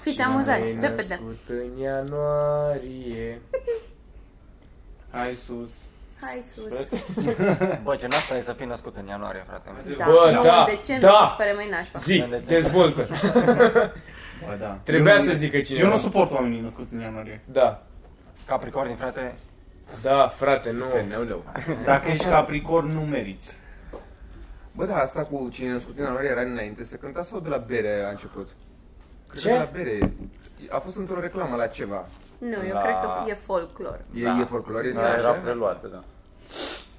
Fiți amuzați, Te-ai repede. născut în ianuarie. Hai sus. Hai sus. Bă, ce nașpa e să fii născut în ianuarie, frate. Da, Bă, nu, da, în decembrie da. mi se pare mai nașpa. Zi, dezvoltă. Bă, da. Trebuia Eu nu- să zică Eu cineva. nu suport oamenii născuți în ianuarie. Da, Capricorni, frate, da, frate, nu. Femeuleu. Dacă ești capricorn, nu meriți. Bă, da, asta cu cine e născut în ianuarie era înainte să cânta sau de la bere a început? Cred Ce? că de la bere. A fost într-o reclamă la ceva. Nu, eu Da. cred că e folclor. E, da. e folclor, e Da, era așa? preluată, da.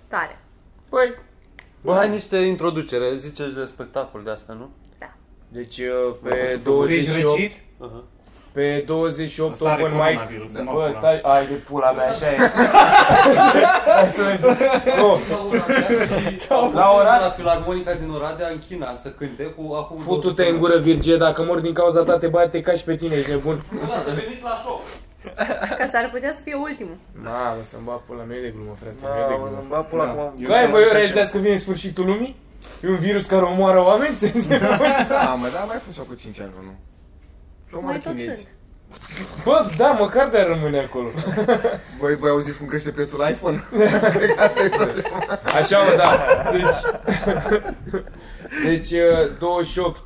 Tare. Păi, Bă, hai niște introducere, ziceți de spectacol de asta, nu? Da. deci uh, pe Ești 28, răcit? pe 28 Ăsta are open mic. coronavirus, mă, Bă, pula. tai, ai de pula mea, așa e. Hai să mergem. Nu, La Oradea, la Filarmonica din Oradea, în China, să cânte cu acum... Futu-te în gură, Virgie, dacă mor din cauza ta, te bate ca și pe tine, ești nebun. Da, să veniți la show. Că s-ar putea să fie ultimul. Mamă, să-mi bag pula, nu e de glumă, frate, nu e de glumă. Da. bă, pula acum. Eu Băi, cred voi că- realizați că vine sfârșitul lumii? E un virus care omoară oameni? Da, mă, da, mai fost cu 5 ani, nu? Sau Mai tot sunt. Bă, da, măcar de-a rămâne acolo. Voi, voi auziți cum crește prețul la iPhone? Cred că asta e problema. Așa, mă, da. Deci, deci uh, 28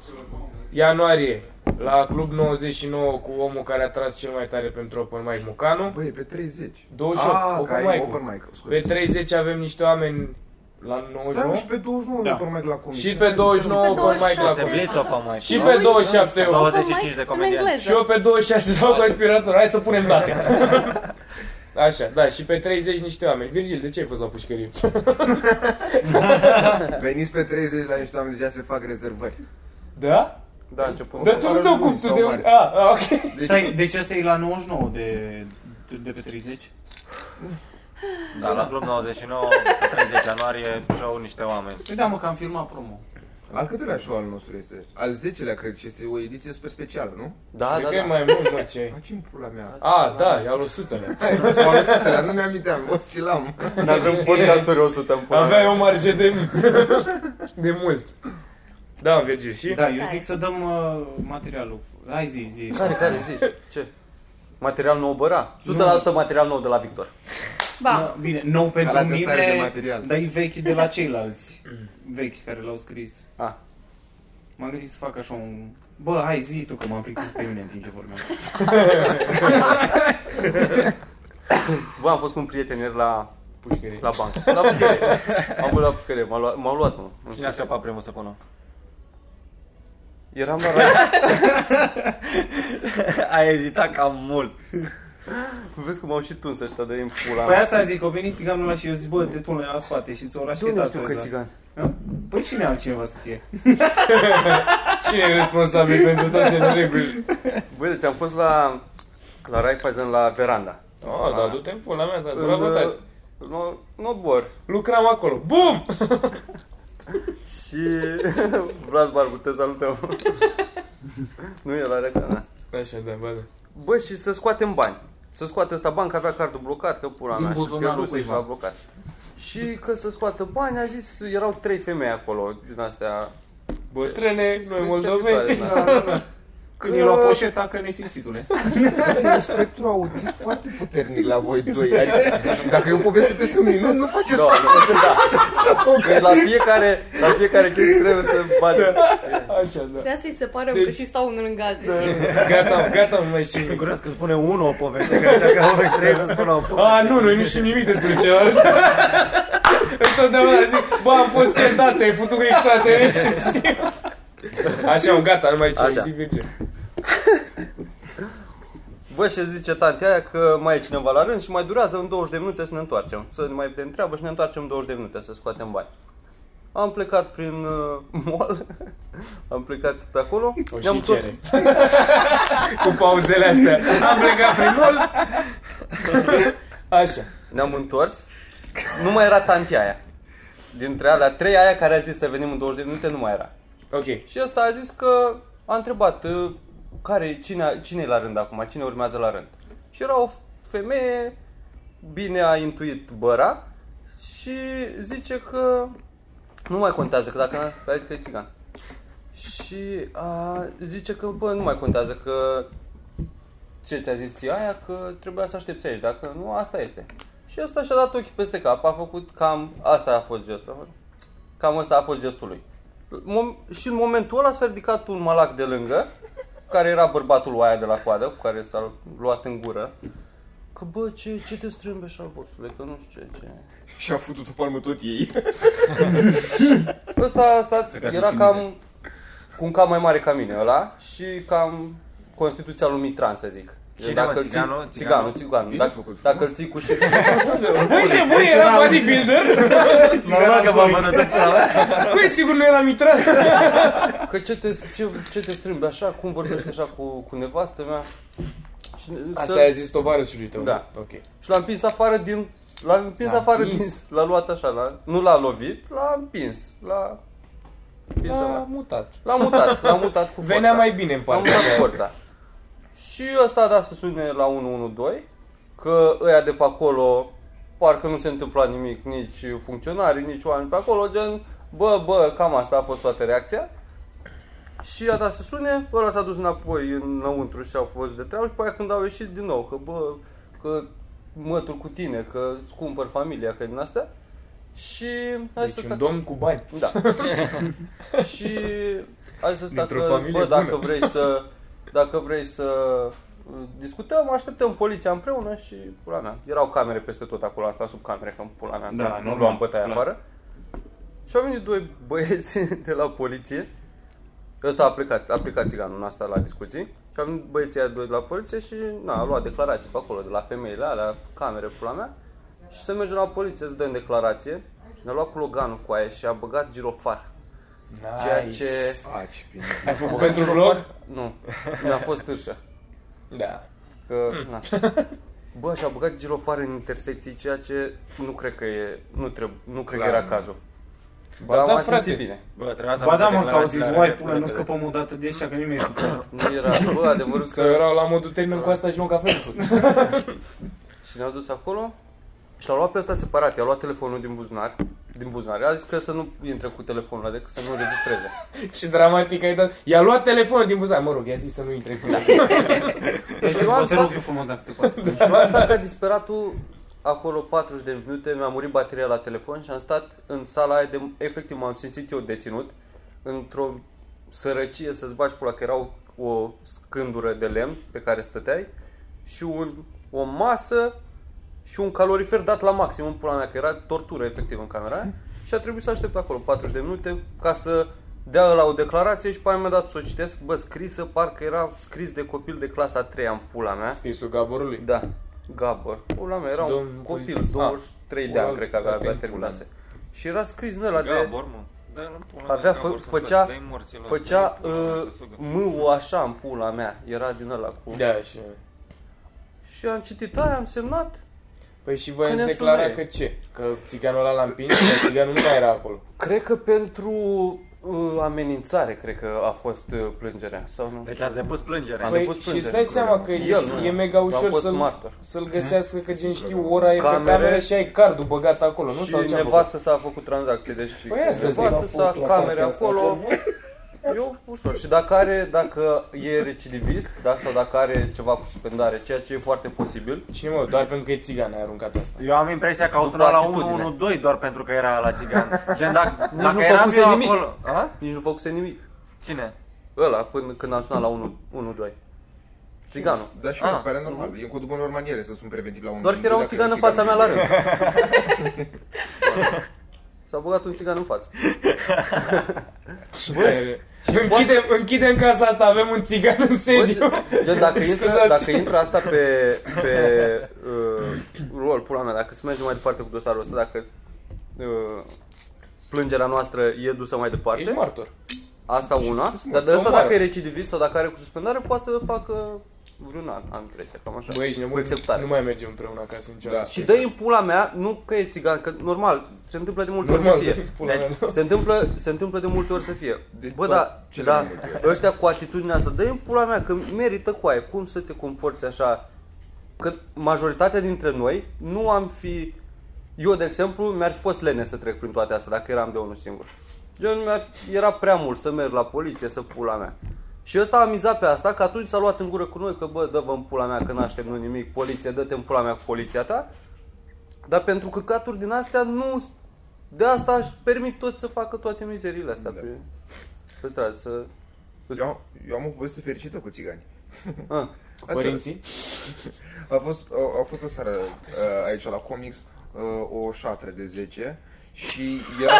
ianuarie la Club 99 cu omul care a tras cel mai tare pentru Open Mic, Mucanu. Băi, e pe 30. 28, Ah, Open că ai Mic. open mic. Pe scuze. 30 avem niște oameni la Stai 99 și pe 29 Da. open mic la comic. și pe 29 Pe Open Mic la 27. te Cluj. blitz-o pe mai. Și pe 27 eu. 25 de În comedianți. engleză. Și eu pe 26 la conspirator, hai să punem date. Așa, da, și pe 30 niște oameni. Virgil, de ce ai fost la pușcărie? Veniți pe 30 la niște oameni, deja se fac rezervări. Da? Da, început. Dar tu nu te luni ocupi tu sau de... marți. A, a, ok. Deci, Stai, de ce să iei la 99 de, de pe 30? Da, la Club 99, pe 30 ianuarie, show niște oameni. Păi da, mă, că am filmat promo. al câtelea show al nostru este? Al 10-lea, cred, și este o ediție super specială, nu? Da, Cred da, că e da. mai mult, mă, ce ai. Facem pula mea. A, da, e al 100 -lea. Sau al 100-lea, nu mi-aminteam, oscilam. Nu avem podcasturi 100 în pula Aveai mea. o marge de, de mult. Da, Virgil, și? Da, eu zic să dăm uh, materialul. Hai zi, zi. Care, care, zi? Ce? Material nou băra? 100% material nou de la Victor. Ba, Da, bine, nou pentru Alea de stare de mine, material. dar e vechi de la ceilalți vechi care l-au scris. Ah. M-am gândit să fac așa un... Bă, hai zi tu că m-am plictisit pe mine în timp ce vorbeam. Bă, am fost cu un prieten ieri la, Pușcărie. la bancă. La pușcărie. Am fost la pușcărie, m-au luat, m-au luat mă. Nu Cine știu. a scăpat primul săpână? Eram la radio. A ezitat cam mult. Vezi cum au și tuns ăștia de în pula Păi mea. asta zic, o venit țiganul ăla și eu zic, bă, te tu la spate și ți-o lași De unde pe știu tată că e ăsta. țigan? Hă? Păi cine altcineva să fie? Cine e responsabil pentru toate neregulile? Băi, deci am fost la, la Raiffeisen la veranda. uh, A, da, du-te în pula mea, da, bravo, tati. Nu, nu bor. Lucram acolo. Bum! Și Vlad Barbu, te salutăm. nu e la reclamă. Așa, da, ba, da. Bă, și să scoatem bani. Să scoată ăsta bani, că avea cardul blocat, că pula Din mea. și buzunarul pierduse și cuiva. l-a blocat. Și că să scoată bani, a zis, erau trei femei acolo, din astea. Bătrâne, noi începitoare moldoveni. din astea. Când i-a luat poșeta, că nesimțitule. E un spectru autist foarte puternic la Da, voi doi. Adică, dacă eu poveste peste un minut, nu faceți Da, da. Deci la fiecare, la fiecare chestie trebuie să bagi. Așa, da. Trebuia să-i separăm deci... că și stau unul lângă altul. Gata, gata, nu mai știu nimic. Curios că spune unul o poveste, că dacă voi trei să spună o poveste. A, nu, noi nu știm nimic despre celălalt. Întotdeauna zic, bă, am fost tentat, ai făcut cu extraterestri, știi? Așa, mă, gata, nu mai ce Așa. zic Virgil. Bă, și zice tantea aia că mai e cineva la rând și mai durează în 20 de minute să ne întoarcem. Să ne mai vedem treabă și ne întoarcem în 20 de minute să scoatem bani. Am plecat prin uh, mall, am plecat pe acolo. O ne-am și întors- cere. Cu pauzele astea. Am plecat prin mol. Așa. Ne-am întors, nu mai era tantea aia. Dintre alea trei aia care a zis să venim în 20 de minute, nu mai era. Ok. Și ăsta a zis că a întrebat uh, care, cine, cine e la rând acum, cine urmează la rând. Și era o femeie, bine a intuit băra și zice că nu mai contează, că dacă ai zis că e țigan. Și a, zice că, bă, nu mai contează, că ce ți-a zis ție aia, că trebuia să aștepți aici, dacă nu, asta este. Și asta și-a dat ochii peste cap, a făcut cam, asta a fost gestul, a fost- cam asta a fost gestul lui. Mom- și în momentul ăla s-a ridicat un malac de lângă, care era bărbatul aia de la coadă, cu care s-a luat în gură, că bă, ce, ce te strâmbi așa, bosule, că nu știu ce, ce... Și a făcut o palmă tot ei. Ăsta stați, ca să era ții cam cu un cap mai mare ca mine ăla și cam constituția lui Mitran, să zic. Cine, Dacă mă, îl ții- țiganul? Țiganul? Țiganul, țiganul. Bine Dacă, făcut, frumos. dacă îl ții cu șef și Băi, ce Deci băi, era bodybuilder? Normal că v-am văzut Băi, sigur nu era mitran. că ce te, ce, ce te strâmbi așa, cum vorbești așa cu, cu nevastă mea. Și, Asta să- i-a zis tovarășului tău. Da. Ok. și l-a împins afară din... L-a împins afară din... împins. L-a luat așa, l-a, nu l-a lovit, l-a împins. L-a împins A ăla. mutat. L-a mutat, l-a mutat cu forța. Venea mai bine Deci, în Am partea dat aia. forța. Și ăsta a dat să sune la 112, că ăia de pe acolo parcă nu se întâmpla nimic, nici funcționari, nici oameni pe acolo, gen, bă, bă, cam asta a fost toată reacția. Și a dat să sune, ăla s-a dus înapoi înăuntru și au fost de treabă și pe aia când au ieșit din nou, că bă, că mătul cu tine, că îți cumpăr familia, că din astea. Și hai Deci să un domn cu bani. da. și a zis asta Dintr-o că, familie bă, dacă bună. vrei să, dacă vrei să uh, discutăm, așteptăm poliția împreună și pula mea. Erau camere peste tot acolo, asta sub camere, că pula mea, Da, da, nu normal, luam bătaia clar. afară. Și au venit doi băieți de la poliție. Ăsta a plecat, a plecat țiganul în asta la discuții. Și au venit băieții aia doi de la poliție și na, a luat declarații pe acolo, de la femeile alea, camere, pula mea. Și să mergem la poliție să dăm declarație. Ne-a luat cu Loganul cu aia și a băgat girofar. Ceea ce... A, Ah, ce bine. Ai făcut pentru vlog? Nu, mi-a fost târșă. Da. Că, na. Bă, și-a băgat girofar în intersecții, ceea ce nu cred că e, nu, treb, nu cred că Clar, era nu. cazul. Ba Dar da, m-am frate. simțit bine. Bă, trebuia să Ba anunțe da, mă, că au declarațiile zis, alea uai, repede, pula, nu repede. scăpăm o dată de ăștia, că nimeni nu Nu era, bă, adevărul Să că... erau la modul termin cu asta și nu ca felță. Și ne-au dus acolo și l-au luat pe ăsta separat. I-a luat telefonul din buzunar, din buzunar. I-a zis că să nu intre cu telefonul ăla, decât să nu înregistreze. Ce dramatic ai dat. I-a luat telefonul din buzunar. Mă rog, i-a zis să nu intre Da. cu el. Și eu am Poate rog stat, eu frumos dacă se poate. și eu am stat ca disperatul acolo 40 de minute, mi-a murit bateria la telefon și am stat în sala aia de, efectiv m-am simțit eu deținut într-o sărăcie să-ți bagi pula că erau o scândură de lemn pe care stăteai și un, o masă și un calorifer dat la maxim în pula mea, că era tortură efectiv în camera aia. și a trebuit să aștept acolo 40 de minute ca să dea la o declarație și pe aia mi-a dat să o citesc, bă, scrisă, parcă era scris de copil de clasa a 3 în pula mea. Scrisul gaborului. Da, Gabor. Pula mea, era Domn un copil, polițist. 23 de Ah, ani, cred că avea, atent, abia pula terminase. Și era scris în ăla de... Gabor, mă. Da, nu pula Avea, mea, Gabor, fă- să făcea- pleci, dai morții la- Făcea pula mea, uh, să sugă. mâul așa în pula mea, era din ăla cu... Da, și... Și am citit aia, am semnat, Păi și Că voi ne ați declara sună că ce? Că țiganul ăla l-a împins? Că țiganul nu mai era acolo. cred că pentru uh, amenințare, cred că a fost uh, plângerea, sau nu? Deci ați depus plângere. Am Păi, depus și îți plângere. dai seama că e, El, nu e eu. mega Eu am ușor fost să-l, martor. să-l găsească, că gen știu, ora e pe Camere. cameră și ai cardul băgat acolo, nu? Sau Și ce-am făcut? nevastă s-a făcut tranzacție, deci Păi asta zic, nevastă a s-a făcut la camere partea asta, acolo. Eu ușor. Și dacă are, dacă e recidivist, da, sau dacă are ceva cu suspendare, ceea ce e foarte posibil, Cine mă, doar pentru că e țigan ai aruncat asta. Eu am impresia că au După sunat la atitudine. 112 doar pentru că era la țigan. Gen, dacă, Nici dacă nu eram făcuse eu nimic. acolo... A? nici nu făcuse nimic. Cine? Ăla, până când am sunat la 1, 1 2. Țiganul. Da, și Ah. mi se pare normal. E în codul bunelor maniere să sun preventiv la un Doar că era un dacă țigan în țiganul fața mea e- la rând. S-a băgat un țigan în față. Și închidem, închidem casa asta, avem un țigan în Bă, sediu. Gen, dacă intră, Scuzați. dacă intră asta pe, pe uh, rol, pula mea, dacă se merge mai departe cu dosarul ăsta, dacă uh, plângerea noastră e dusă mai Ești departe, martor. asta una, dar de Sau asta moare. dacă e recidivist sau dacă are cu suspendare, poate să facă vreun an, am impresia, cam așa. Băi, ești Cu nebun, acceptare. nu mai mergem împreună acasă niciodată. Și dă în pula mea, nu că e țigan, că normal, se întâmplă de multe Normal, ori dă-i să fie. Deci, în pula mea, da. se, întâmplă, se întâmplă de multe ori să fie. Deci, Bă, bă, da, ce le da, mai ăștia cu atitudinea asta, dă în pula mea, că merită coaie, cum să te comporți așa. Că majoritatea dintre noi nu am fi... Eu, de exemplu, mi-ar fi fost lene să trec prin toate astea, dacă eram de unul singur. Gen, mi-ar, era prea mult să merg la poliție, să pula mea. Și ăsta a mizat pe asta, că atunci s-a luat în gură cu noi, că bă, dă-vă în pula mea, că nu aștept noi nimic, poliție, dă-te în pula mea cu poliția ta. Dar pentru căcaturi din astea nu... De asta aș permit tot să facă toate mizeriile astea da. Da. pe, pe stradă, să... Eu, am- eu am o poveste fericită cu țigani. Ah, Așa. Părinții? A fost, a, a fost o seară uh, aici la comics uh, o șatră de 10 și erau...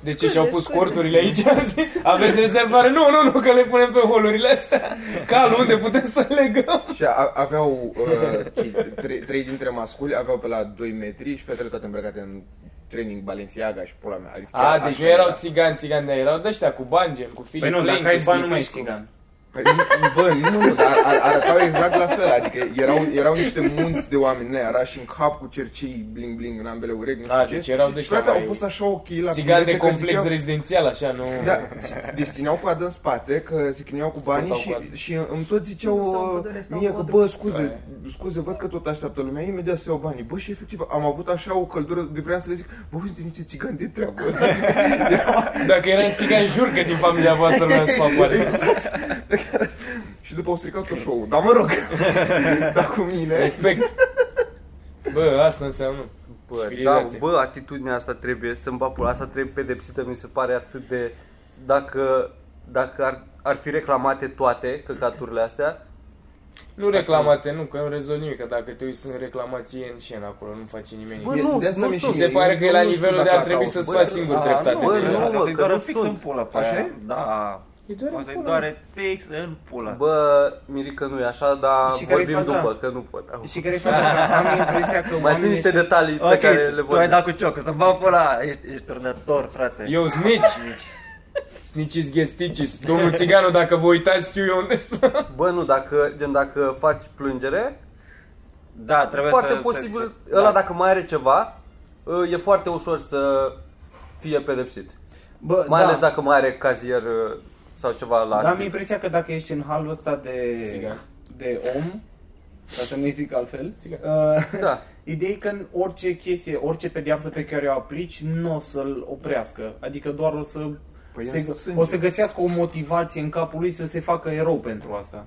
De ce și-au pus Scuze, corturile aici? Am zis, Aveți rezervare? Nu, nu, nu, că le punem pe holurile astea. Cal, unde putem să legăm? Și a, aveau uh, cei trei, trei dintre masculi, aveau pe la 2 metri și fetele toate îmbrăcate în training Balenciaga și pula mea. Adică A, deci așa nu erau era. țigani, țigani, dar erau de-ăștia cu bangel, cu Filip Păi nu, Lane, dacă ai cu bani nu mai ești Slipescu. țigan. Păi, Bă, nu, nu, dar ar- arătau exact la fel, adică erau, erau niște munți de oameni, ne, era și în cap cu cercei bling-bling în ambele urechi, nu știu A, ce. deci erau de Și ăștia frate, au mai- fost așa ok la Țigan de bilete că complex ziceau- rezidențial, așa, nu... Da, ți- deci țineau coadă în spate, că se chinuiau cu banii Purtau și, coadă. și îmi tot Nu stau în ziceau pădure, uh, stau mie în că, pădure. bă, scuze, scuze, văd că tot așteaptă lumea, imediat să iau banii. Bă, și efectiv, am avut așa o căldură de vreau să le zic, bă, uite niște țigani de treabă. Dacă eram țigan, jur că din familia voastră lumea se papoare. și după au stricat tot show-ul, dar mă rog, dar cu mine. Respect. Bă, asta înseamnă. Bă, da, Civilizație. bă, atitudinea asta trebuie să-mi bat pula, asta trebuie pedepsită, mi se pare atât de... Dacă, dacă ar, ar fi reclamate toate căcaturile astea, Nu reclamate, nu, că nu rezolv nimic, că dacă te uiți sunt reclamații în șen acolo, nu face nimeni Bă, nimic. nu, de asta nu mi-e știu. Mi se mie, pare că eu e la nu știu nivelul de dacă a trebui au- să-ți bă, faci singur Ah, dreptate. Bă, da, nu, nu, dacă mă, să-i că doară nu fix sunt. în pula pe Așa aia. e? Da. Îi doare O să-i pula. doare fix în pula. bă, Mirica nu e așa, dar Și care-i vorbim faza? după, că nu pot. Au. Și care e faza? Am impresia că Mai sunt niște detalii pe Ok, care le tu ai vorbim. dat cu ciocă, să-mi bag pula, ești, ești turnător, frate. Eu snitch. Snitches get stitches. Domnul Țiganu, dacă vă uitați, știu eu unde sunt. Bă, nu, dacă, gen, dacă faci plângere, Da, trebuie foarte să... posibil, să- Da. ăla dacă mai are ceva, ă, e foarte ușor să fie pedepsit. Bă, Mai da. ales dacă mai are cazier ă, sau ceva la Dar am activ. impresia că dacă ești în halul ăsta de, Țigan. de om, ca să nu-i zic altfel, Țigan. uh, Da. ideea e că în orice chestie, orice pedeapsă pe care o aplici, nu o să-l oprească. Adică doar o să, Păi ia sub se, sânge. o să găsească o motivație în capul lui să se facă erou pentru asta.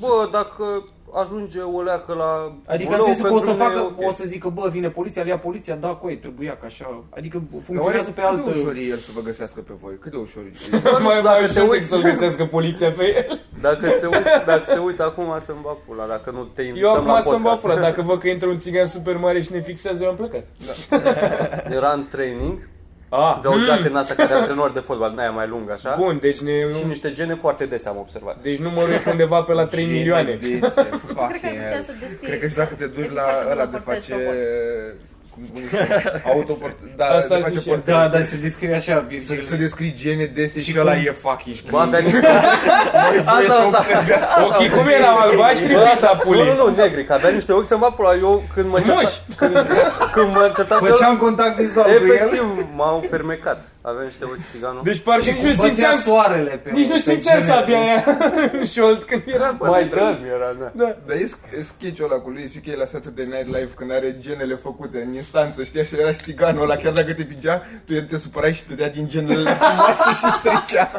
Bă, dacă ajunge o leacă la Adică în Bălău, sensul că o pentru să mine facă, e ok. o să zică, bă, vine poliția, le ia poliția, da, coi, trebuia ca așa. Adică Dar oare funcționează pe altă... Da, Cât de ușor e el să vă găsească pe voi? Cât de ușor e? mai dacă mai te ușor decât uiți. să-l găsească poliția pe el. Dacă se uită, dacă se uită acum să-mi va pula, dacă nu te invităm Eu la acum podcast. să-mi bag pula. Dacă văd că intră un țigan super mare și ne fixează, eu am plecat. Da. Era în training, Ah, de o geacă în asta ca de antrenor de fotbal, n-aia mai lungă așa. bun, deci ne... Și niște gene foarte des am observat. Deci numărul e undeva pe la 3 milioane. Cred că ar Fucking putea să hell. descrie. Cred că și dacă te duci la Exact, ăla la de portet, face... la Cum cum zice? Autoport... Da, Asta de face zice el. portet. Da, dar se descrie așa, Să, Virgil. să descrii gene dese și, Și ăla cum- e fucking Bă, avea niște... voie să asta, asta. observi asta. Ok, cum erau albaștri, Da. Bă, pista nu, nu, pulii. nu, negri, că avea niște ochi să-mi va pula. Eu când mă Frumoși. certam, când, când mă certam pe el, Făceam contact vizual cu el. efectiv m-am fermecat. Avea niște ochi țiganul. Deci parcă nici nu Bătea simțeam soarele pe Nici nu pe simțeam genere. sabia aia în șold când era pe mai deal. dă era, da. Dar e sc- sketch-ul ăla cu lui C.K. la Saturday Night Live când are genele făcute în instanță, știi, așa era și țiganul ăla, chiar dacă te pingea, tu te supărai și te dea din genele frumoase și stricea.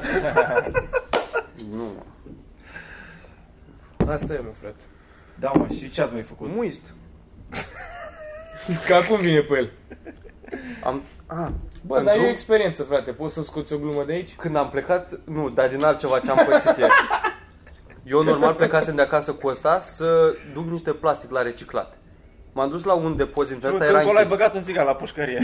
Asta e, mă, frate. Da, mă, și ce ați mai făcut? Muist. Că acum vine pe el. Am, a, Bă, În dar e drum? o experiență, frate. Poți să scoți o glumă de aici? când am plecat, nu, dar din altceva ce am pățit eu. Eu normal plecasem de acasă cu ăsta să duc niște plastic la reciclat. M-am dus la un depozit, dintre ăsta era Tâmpul ai închis. băgat un țigan la pușcărie.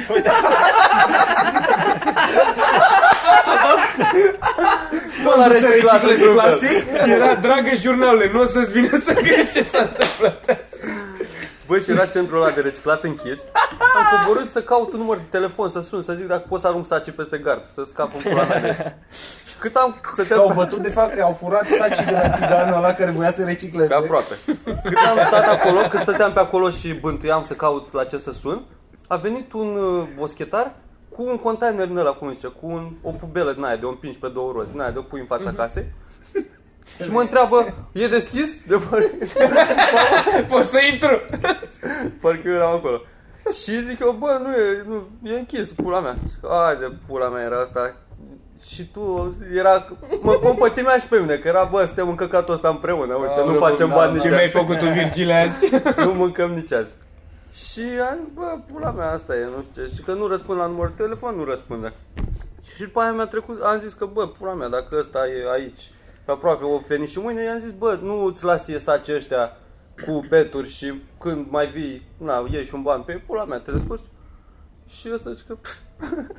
Tot la reciclat, reciclezi plastic? Era dragă jurnalele, nu o să-ți vină să crezi ce s-a întâmplat azi. Bă, și era centrul ăla de reciclat închis. Am coborât să caut un număr de telefon, să sun, să zic dacă pot să arunc saci peste gard, să scap în pula mea de... Și cât am... Stăteam S-au bătut de fapt că au furat sacii de la țiganul ăla care voia să recicleze. Pe aproape. Cât am stat acolo, cât stăteam pe acolo și bântuiam să caut la ce să sun, a venit un uh, boschetar cu un container din ăla, cum zice, cu un, o pubelă din aia de o împingi pe două roți, din aia de o pui în fața casei. Și mă întreabă, e deschis? De par- Poți să intru? parcă eu eram acolo. Și zic eu, bă, nu e, nu, e închis, pula mea. Zic, ai de pula mea era asta. Și tu era, mă compătimea și pe mine, că era, bă, suntem în căcatul ăsta împreună, uite, nu Aoleu, facem bani nici Ce azi. mi-ai făcut tu, Virgile, azi? nu mâncăm nici azi. Și am zis, bă, pula mea, asta e, nu știu ce. Și că nu răspund la număr de telefon, nu răspunde. Și după aia mi-a trecut, am zis că, bă, pula mea, dacă ăsta e aici, pe aproape o veni și mâine, i-am zis, bă, nu ți las ție saci ăștia cu peturi și când mai vii, na, iei și un ban pe ei, pula mea, te descurci? Și ăsta zice că... "Pf."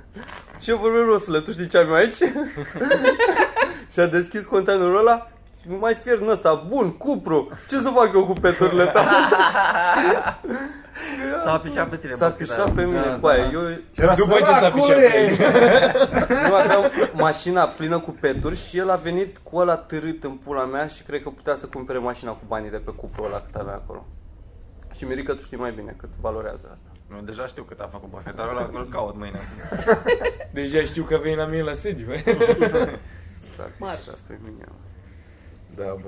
Ce vorbim rosule, tu știi ce am eu aici? și a deschis containerul ăla nu mai fier în ăsta, bun, cupru, ce să fac eu cu peturile tale? S-a fișat pe tine. S-a bă, fișat pe mine, da, da, coaie, da. eu Era După ce s-a săracule! pișat nu aveam mașina plină cu peturi și el a venit cu ăla târât în pula mea și cred că putea să cumpere mașina cu banii de pe cupru ăla cât avea acolo. Și Mirica, tu știi mai bine cât valorează asta. Nu, deja știu cât a făcut boschetarul ăla, îl caut mâine. Deja știu că vei la mine la sediu. S-a Mars. fișat pe mine. Da, bă.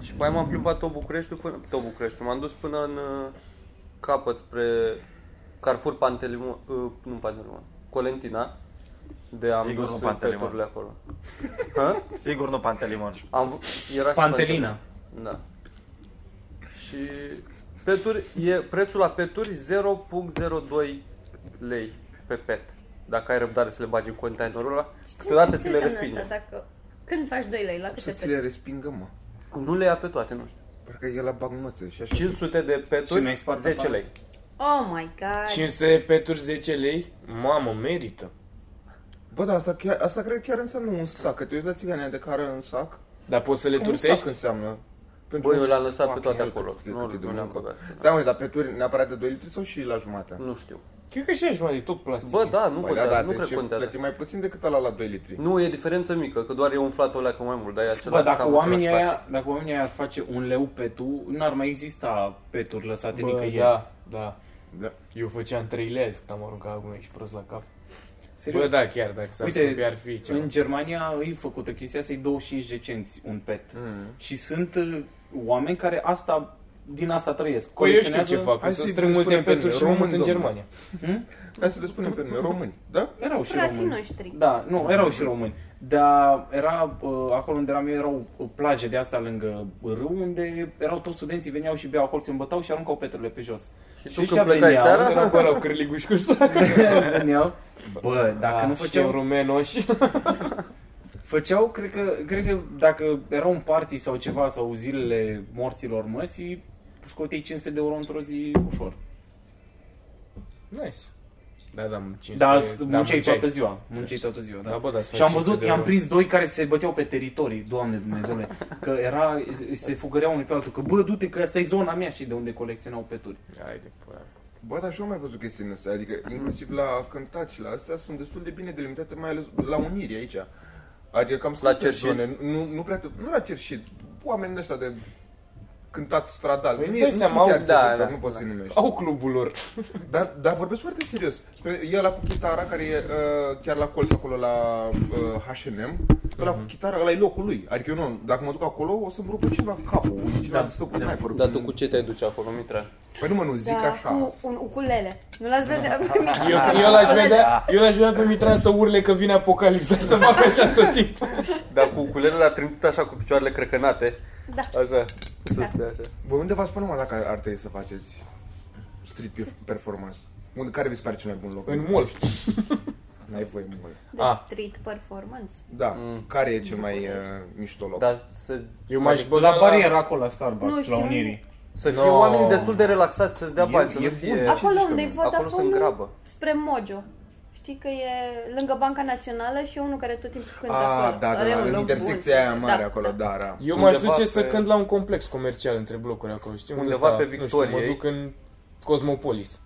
Și pe aia m-am plimbat tot Bucureștiul până... Tot Bucureștiul. M-am dus până în uh, capăt spre Carrefour Pantelimon... Uh, nu Pantelimon. Colentina. De am Sigur nu dus Pantelimon. peturile acolo. Ha? Sigur nu Pantelimon. Am, v- era și Pantelina. Da. Și peturi, e, prețul la peturi 0.02 lei pe pet. Dacă ai răbdare să le bagi în containerul ăla, câteodată ți le respinge. Asta, dacă... Când faci 2 lei, la Să câte ți le te... respingă, mă. da. Nu le ia pe toate, nu știu. Parcă e la bagnote și așa. 500 de Și nu-i peturi, spart 10 afară. lei. Oh my god. 500 de peturi, 10 lei? Mamă, merită. Bă, dar asta, chiar, asta cred că chiar înseamnă un sac. Că te uiți la țigania de care are un sac. Dar poți să le Un sac turtești? înseamnă. Pentru Bă, un eu le-am lăsat pe fucking toate hell, acolo. cât- Nu, cât e de nu le-am muncă. băgat. Stai, mă, dar pe turi neapărat de 2 litri sau și la jumate? Nu știu. Cred că și așa, mă, e tot plastic. Bă, da, nu Bă, contează, nu deci cred că contează. Plătim mai puțin decât ăla la 2 litri. Nu, e diferență mică, că doar e umflat ăla că mai mult, dar e același Bă, dacă cam oamenii, același aia, dacă oamenii aia ar face un leu pe tu, n-ar mai exista peturi lăsate Bă, nicăieri. da, da. Da. Eu făceam 3 lei azi când am aruncat acum și prost la cap. Serios. Bă, da, chiar, dacă s-ar Uite, scumpi, ar fi ceva. În Germania îi făcută chestia asta, e 25 de cenți un pet. Mm. Și sunt uh, oameni care asta din asta trăiesc. Păi eu știu ce Colecționează- fac, o Hai să să-i strâng multe spunem pe peturi noi, și mă mut români, în domnule. Germania. Hai să le spunem pe nume, români, da? Erau și Frații români. noștri. Da, nu, erau și români. Dar era, uh, acolo unde eram eu, erau uh, plaje de asta lângă râu, unde erau toți studenții, veneau și beau acolo, se îmbătau și aruncau petrele pe jos. Și tu știi când ce plecai veneau? seara? Era cu ăla cârliguși cu sac. veneau. Bă, Da, dacă Ah, nu făceau... rumenoși. Făceau, cred că, cred că dacă era un party sau ceva, sau zilele morților măsii, scoteai 500 de euro într-o zi ușor. Nice. Da, da, mă, 500. Dar da, munceai toată ziua. Munceai toată ziua, da. Da, bă, da, să Și am faci 500 văzut, de i-am euro. prins doi care se băteau pe teritorii, Doamne Dumnezeule, că era, se fugăreau unul pe altul, că bă, du-te că asta e zona mea și de unde colecționau peturi. Haide, pula. mea. Bă, dar și eu am mai văzut chestiile astea, Mm. adică inclusiv la cântat și la astea sunt destul de bine delimitate, mai ales la unire aici. Adică cam sunt Cerșit? zone, nu, nu prea, nu la cerșit, oameni de ăștia de cântat stradal. Păi Mie îți dai nu seama, sunt chiar au- da, cerșitori, da, nu poți să-i numești. Au clubul lor. Dar, dar vorbesc foarte serios. Spre, e la cu chitara care e uh, chiar la colț acolo la uh, H&M. Ăla Mhm. cu chitara, ăla e locul lui. Adică eu nu, dacă mă duc acolo, o să-mi rupă cineva capul. E cineva da. stă cu sniper. Dar tu cu ce te duci acolo, Mitra? Păi nu mă, nu, zic da, așa. cu un ukulele. Nu l-ați vedea? Eu, eu l-aș vedea, eu l-aș vedea pe Mitran să urle că vine apocalipsa să facă așa tot timpul. Dar cu ukulele l-a trântit așa cu picioarele crecănate. Da. Așa, sus de așa. Voi unde v-ați până la care ar trebui să faceți street pe- performance? Unde, care vi se pare cel mai bun loc? În mall. N-ai voie mult. De Ah. street performance. Da. Mm. Care e cel mai uh, mișto Da. loc? Dar să, Eu m-aș adică băga La bariera acolo, la Starbucks, Nu știu. la Unirii. să fie No. oamenii destul de relaxați să-ți dea E- bani, să e nu fie... bun. Acolo zici că unde e nu? Acolo Vodafone sunt grabă. spre Mojo. știi că e lângă Banca Națională și e unul care tot timpul cântă A, acolo. da, da, Are da, un în loc intersecția bun. aia mare acolo, da, da. Eu m-aș Undeva duce să pe- cânt la un complex comercial între blocuri acolo, știi? Unde Undeva sta, pe Nu știu, Victoriei. mă duc în Cosmopolis.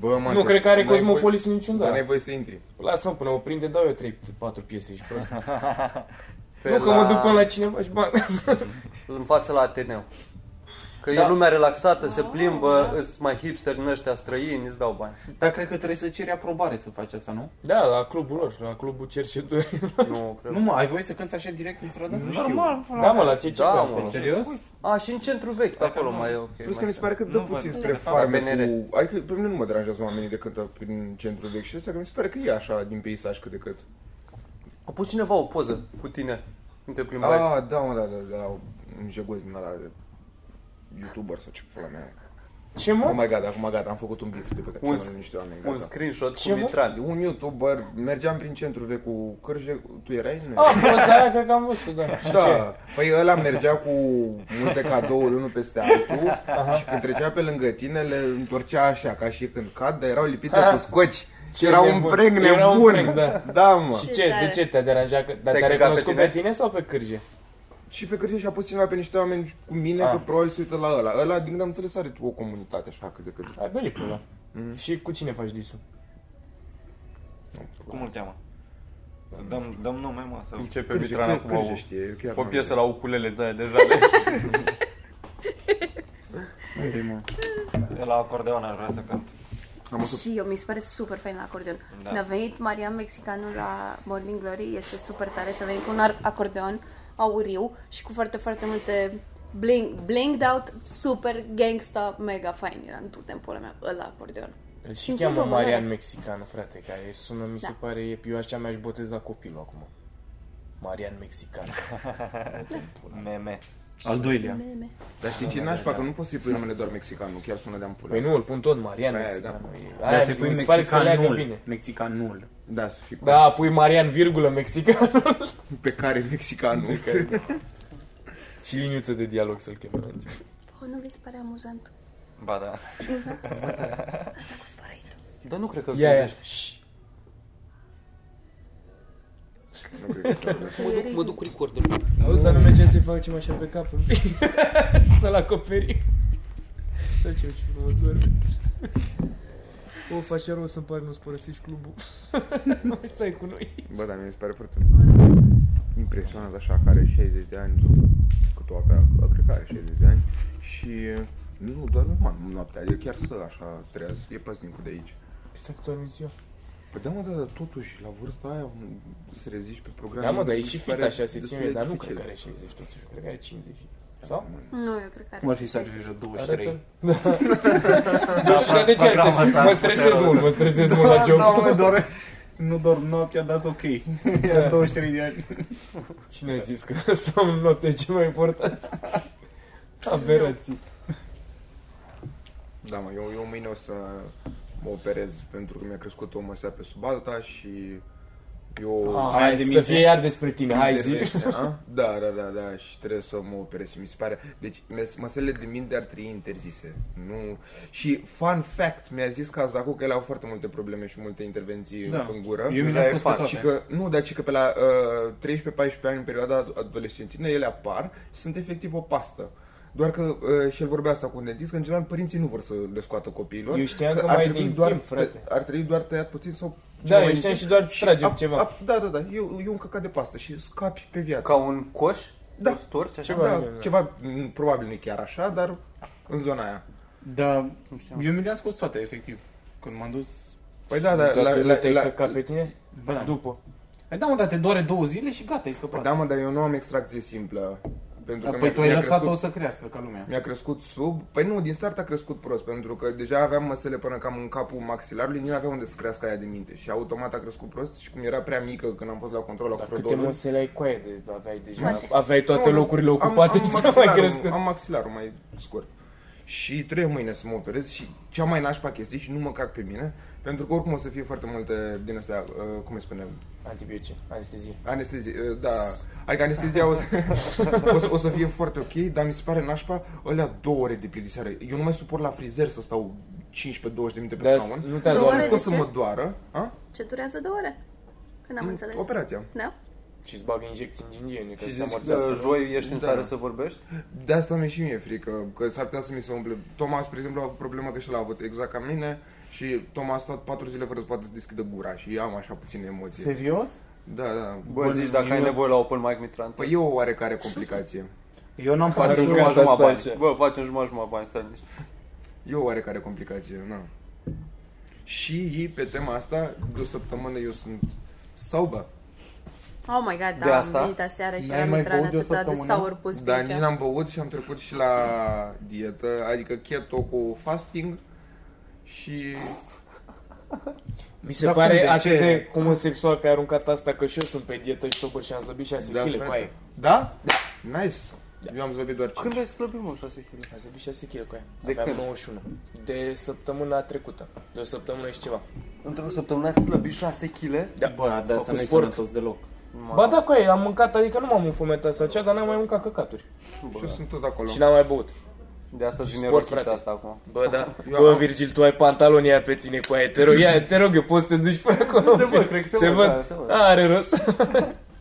Bă, mă, nu te- cred că are n-ai Cosmopolis voie- niciun da. Dar dar. n-ai voie să intri. Lasă-mă până o prinde, dau eu 3 4 piese și prost. Pe nu că mă duc până la cineva și bani. În față la Ateneu. Că Da. e lumea relaxată, se plimbă, îs mai hipster în ăștia străini, îți dau bani. Dar cred că trebuie să ceri aprobare să faci asta, nu? da, la clubul lor, la clubul cerșetorilor. Nu, cred. Nu mă, ai voie să cânti așa direct în stradă? Da. Nu Normal, Da, mă, la ce ce Da, mă. Serios? A, și în centru vechi, pe acolo mai e ok. Plus că mai mi se pare că dă puțin spre La BNR. farme cu... Adică pe mine nu mă deranjează oamenii de cântă prin centrul vechi și ăsta, că mi se pare că e așa din peisaj cât de cât. A pus cineva o poză cu tine când te plimbai. Ah, da, mă, da, da, da, un jegoz din ăla de youtuber sau ce pula mea. Ce Oh mă? my god, acum gata, am făcut un bif de pe care Un să mănânc niște oameni, Un gata. screenshot Ce, cu mă? Mitran. Un youtuber, mergeam prin centru vechi cu cârje, tu erai? Nu. A, proza aia cred că am văzut, da. Da, păi ăla mergea cu multe cadouri unul peste altul și când trecea pe lângă tine le întorcea așa, ca și când cad, dar erau lipite Aha. cu scoci. Ce era un nebun. preg nebun. Era un preg, da. da, mă. Și Ce ce, de tare. ce te-a deranjat? Că- Dar Te-ai te-a căcat pe recunoscut tine? pe tine sau pe cârje? Și pe cârtie și-a pus cineva pe niște oameni cu mine, Ah. că probabil se uită la ăla. Ăla, din câte am înțeles, are o comunitate așa cât de cât. Ai belit pula. Și cu cine faci disul? Cum îl cheamă? Dăm, dăm nume, mă, să... Începe Cârje, Mitran cârje, acum cârje o, știe, eu chiar o n-am piesă zis. la ukulele de deja le... Unde-i, mă? La acordeon aș vrea să cânt. Am văzut. Da. Și eu mi se pare super fain la acordeon. Da. Când a venit Marian Mexicanul la Morning Glory, este super tare și a venit cu un ar- acordeon auriu și cu foarte, foarte multe bling, blinged out, super gangsta, mega fain. Era în tot timpul meu ăla acordeon. Îl și Simțeam cheamă că vă Marian doare. Mexicană, frate, care sună, mi se Da. pare, e- eu așa mi-aș boteza copilul acum. Marian Mexican. Meme. Al doilea. Meme. Dar știi Da, ce nașpa? Că nu poți să-i Păi pui numele doar mexicanul, chiar sună de-am pula. Păi nu, îl pun tot Marian Aia, Mexican. Da, Aia se mi se- pune mi se pare că se leagă mexicanul. bine. Mexicanul. Da, să fii da. Da, pui Marian virgulă Mexican pe care Păi mexicanul. și liniuță de dialog să-l chemăm. la început. Oh, nu vi se pare amuzant? Ba da. Asta cu sfărăitul. Dar nu cred că Ia, ia. trezești. Șș. Nu cred că se aude. Mă duc cu recorderul. Auzi, să nu mergem să-i facem așa pe cap în fine. Să-l acoperim. Să ce ce frumos doarme. O, faci rău să-mi pare nu-ți părăsești clubul. nu mai stai cu noi. Bă, dar mi se pare foarte impresionant așa că are 60 de ani, cât o avea, cred că are 60 de ani și nu doarme mai noaptea, e chiar să așa treaz, e păzincul de aici. Stai cu toată ziua. Păi da, mă, dar dar totuși, la vârsta aia, să reziști pe programe... Da, mă, dar e mi se și fit pare așa, se destul ține, de dar nu cred că dificil. are 60 totuși, cred că are 50. Sau? Nu, eu cred că are. Cum ar fi să ajungi la 23? Arată. Da. Nu știu, dar de ce Programul arată ăsta așa? Mă ar stresez putea mult, mă stresez mult la job. Da, mă, doar... Nu dorm noaptea, dar ok. E 23 de ani. Cine a zis că somnul noapte e cel mai important? Aberații. Da, mă, eu, eu mâine o să mă operez pentru că mi-a crescut o măsea pe sub alta și eu... Ah, Hai, de să minte. fie iar despre tine, hai zi. intervenție, a? Da, da, da, da, și trebuie să mă operez și mi se pare... Deci, mes- măsele de minte ar trebui interzise. Nu... Și, fun fact, mi-a zis Cazacu că el a avut foarte multe probleme și multe intervenții Da. în gură. Eu mi Deja le-am e spus pe fan. Și da. toate. că, nu, dar și că pe la uh, 13-14 ani, în perioada ad- adolescentină, ele apar și sunt efectiv o pastă. Doar că, uh, și el vorbea asta cu un dentist, că în general părinții nu vor să le scoată copiilor. Eu știam că mai e din doar, timp, frate. Ar trebui doar tăiat puțin sau... Da, mai eu știam mic. și doar tragem ap- ceva. ap- da, da, da, e, e un căcat de pastă și scapi pe viață. Ca un coș? Da. O storci așa? Ceva da, de genul, da. ceva, m, probabil nu chiar așa, dar în zona aia. Da, eu mi le-am scos toate, efectiv. Când m-am dus... Păi da, da, la, Toată la, te-ai la, căcat pe tine? Bă, da. După. Hai, da, mă, dar te doare două zile și gata, ai scăpat. da, mă, dar eu nu am extracție simplă. Pentru că Păi mi-a, tu ai mi-a lăsat-o crescut, să crească ca lumea. mi-a crescut sub... Păi nu, din start a crescut prost, pentru că deja aveam măsele până cam în capul maxilarului, nu avea unde să crească aia de minte. Și automat a crescut prost și cum era prea mică când am fost la control la Dar vreo câte două luni- măsele ai cu aia de, aveai deja? Aveai toate Nu, locurile am- ocupate am, și s-a mai maxilarul, crescut. am maxilarul mai scurt. și trebuie mâine să mă operez și cea mai nașpa chestie și nu mă cac pe mine, pentru că oricum o să fie foarte multe din astea, uh, cum îi spunem, Antibiotice, anestezie. Anestezie, uh, da. Adică anestezia o, o, să, o să fie foarte ok, dar mi se pare nașpa alea două ore de plictiseare. Eu nu mai suport la frizer să stau 15-20 de minute pe Da, scaun. nu te Două ore. doare Nu de pot să ce? mă doară. A? Ce durează două ore? Că Mm, n-am înțeles. Operația. Da? și îți bagă injecții în gingiene Păi ca Și să se zici amorțească. că joi ești în Da. stare să vorbești? De asta mi-e și mie frică, că s-ar putea să mi se umple. Thomas, spre exemplu, a avut problemă că și l-a avut exact ca mine și Thomas a stat patru zile fără să poată să deschidă gura și eu am așa puține emoții. Serios? Da, da. Bă, zici dacă ai nevoie la open mic Mitran. Păi e o oarecare complicație. Eu n-am Facem jucat jumătate jumătate asta bani. așa. Bă, facem jumătate jumătate bani, stai niște. E o oarecare complicație, na. Și ei, pe tema asta, de o săptămână eu sunt saubă, Oh my god, De da, asta? Da, am venit aseară și N-ai eram mai intrat băut de o atâta de săptămână? sour pus pe dar aici. nici n-am băut și am trecut și la dietă, adică keto cu fasting și... Mi Se pare atât de homosexual că ai aruncat asta că și eu sunt pe dietă și sobor și am slăbit 6 Da, kg, frate. coaie. Da? Da. Nice. Eu am slăbit doar 5. Când ai slăbit, mă, 6 kg? Am slăbit 6 kg, coaie. De Aveam când? 91. De săptămâna trecută. De o săptămână și ceva. Într-o săptămână ai slăbit 6 kg? Da. Bă, dar Făcut să nu-i sport. sănătos deloc. Ba da, coaie, am mâncat, adică nu m-am înfometat sau cea, dar n-am mai mâncat căcaturi. Și eu sunt tot acolo. Și n-am mai băut. De asta și sport, nerochița frate. asta acum. Bă, da. Eu Bă, am- Virgil, tu ai pantaloni aia pe tine cu aia. Te rog, ia, te rog, eu poți să te duci până acolo. Se văd, cred că se văd, da, se văd. A, Are rost.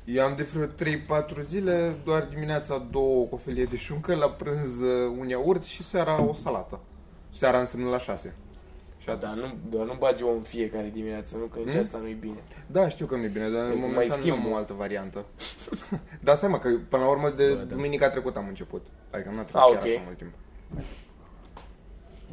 Eu am de vreo 3-4 zile, doar dimineața două cu o felie de șuncă, la prânz uh, un iaurt și seara o salată. Seara înseamnă la 6. Și atât. Dar da, nu, dar nu bagi o în fiecare dimineață, nu? Că nici Hmm? asta nu-i bine. Da, știu că nu e bine, dar Păi, în mai momentan nu schimb. am o altă variantă. dar seama că până la urmă de da, duminica trecută am început. Adică n-a trecut Ah, chiar ok. așa mult timp.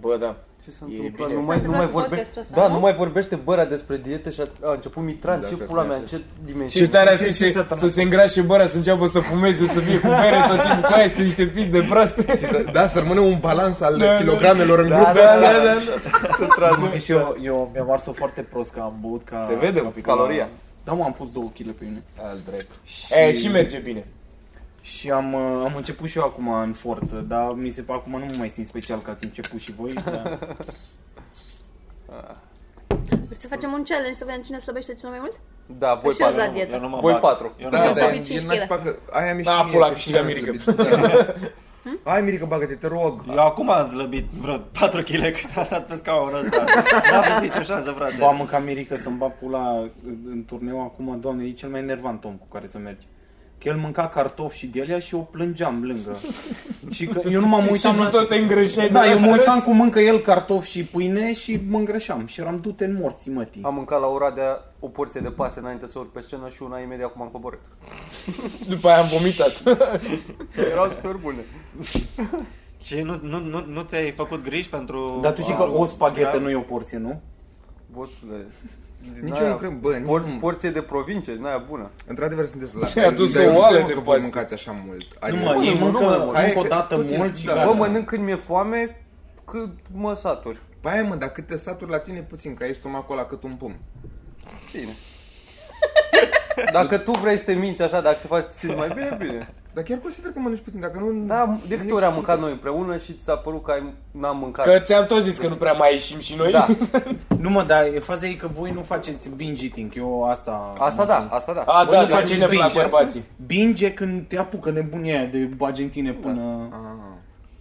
Bă, da. Ce s-a E întâmplat? bine. Nu S-a mai, nu întâmplat mai cu vorbește, podcastul ăsta, da, nu? nu mai vorbește băra despre diete și a, a început Mitran, Da, ce cred pula că mea, mi-a în ce dimensiuni. Ce tare ar fi să, să se îngrașe bara, să înceapă să fumeze, să fie cu bere tot timpul cu aia, este niște pis de proaste. Și da, da, să rămână un balans al kilogramelor Da, în grup. Da, Și eu, eu mi-am ars-o foarte prost că am băut ca... Se vede, ca mă, picăloare. caloria. Da, mă, am pus 2 kg pe mine. Al drept. E, și merge bine. Și am, uh, am început și eu acum în forță, dar mi se pare acum nu mă mai simt special că ați început și voi. Dar... Vreți să facem un challenge să vedem cine slăbește cel mai mult? Păi Da, voi și eu patru. za dietă. Eu nu mă Voi bag. patru. Eu nu Da, Eu mă da, slăbit e 5 kg. nașpa că aia mi-e și Da, mie, pula, că și câștiga mine Mirica. am slăbit. Hai, Mirica, bagă-te, te rog. Da, Eu acum am slăbit vreo 4 kg cât a stat pe scaunul ăsta. N-am avut nicio șansă, frate. Ba, mă, ca Mirica să-mi bag pula în- în turneu acum, doamne, e cel mai nervant om cu care să mergi. Că el mânca cartofi și de alea și eu plângeam lângă. și că eu nu m-am Și uitat tu la... tot te îngrășeai. Da, de eu la mă uitam stres. cum mâncă el cartofi și pâine și mă îngrășeam și eram dute în morții mătii. Am mâncat la Oradea o porție de pase înainte să urc pe scenă și una imediat cum am coborât. După aia am vomitat. Erau super bune. Și nu, nu, nu, nu ți-ai făcut griji pentru... Dar tu știi că pentru- o spaghetă nu e o porție, nu? Vosule, din Nici aia- eu da. nu cred, bă, nici Por, nu. porție de provincie, din aia bună. Într-adevăr sunteți la... Ce-ai adus Dar eu o nu oală cred, mă, de că voi paste? mâncați așa mult. Nu Adică- mă, ei nu, nu, mănâncă, mă, mănâncă hai o că dată tot e- mult și da. gata. Bă, mănânc când mi-e foame, cât mă saturi. Pe aia, mă, dar cât te saturi la tine puțin, că ai stomacul ăla cât un pumn. Bine. Dacă tu vrei să te minți așa, dacă te faci să te simți mai bine, bine. Dar chiar consider că mănânci puțin, dacă nu... Da, de câte ori am mâncat noi împreună și ți s-a părut că ai, n-am mâncat. Că ți-am tot zis că nu prea mai ieșim și noi. Da, Nu mă, dar e faza e că voi nu faceți binge eating, eu asta... asta da, asta da. A, Voi da, nu da, faceți cine la binge, bărbații. Binge e când te apucă nebunia aia de bagentine până... Ah.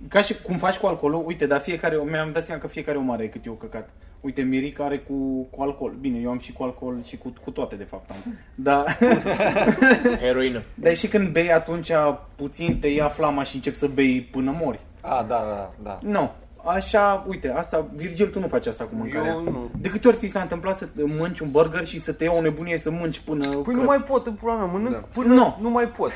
Ca și cum faci cu alcoolul, uite, dar fiecare, mi-am dat seama că fiecare om are cât e o căcat. Uite, Mirica are cu, cu alcool. Bine, eu am și cu alcool și cu, cu toate, de fapt, am. Dar, Heroină. dar și când bei, atunci puțin te ia flama și începi să bei până mori. A, da, da, da. Nu. Așa, uite, asta, Virgil, tu nu faci asta cu mâncarea. Eu nu. De câte ori ți s-a întâmplat să mânci un burger și să te ia o nebunie să mânci până... Păi nu mai pot, în pula mea, mănânc Da. până Nu. nu mai pot.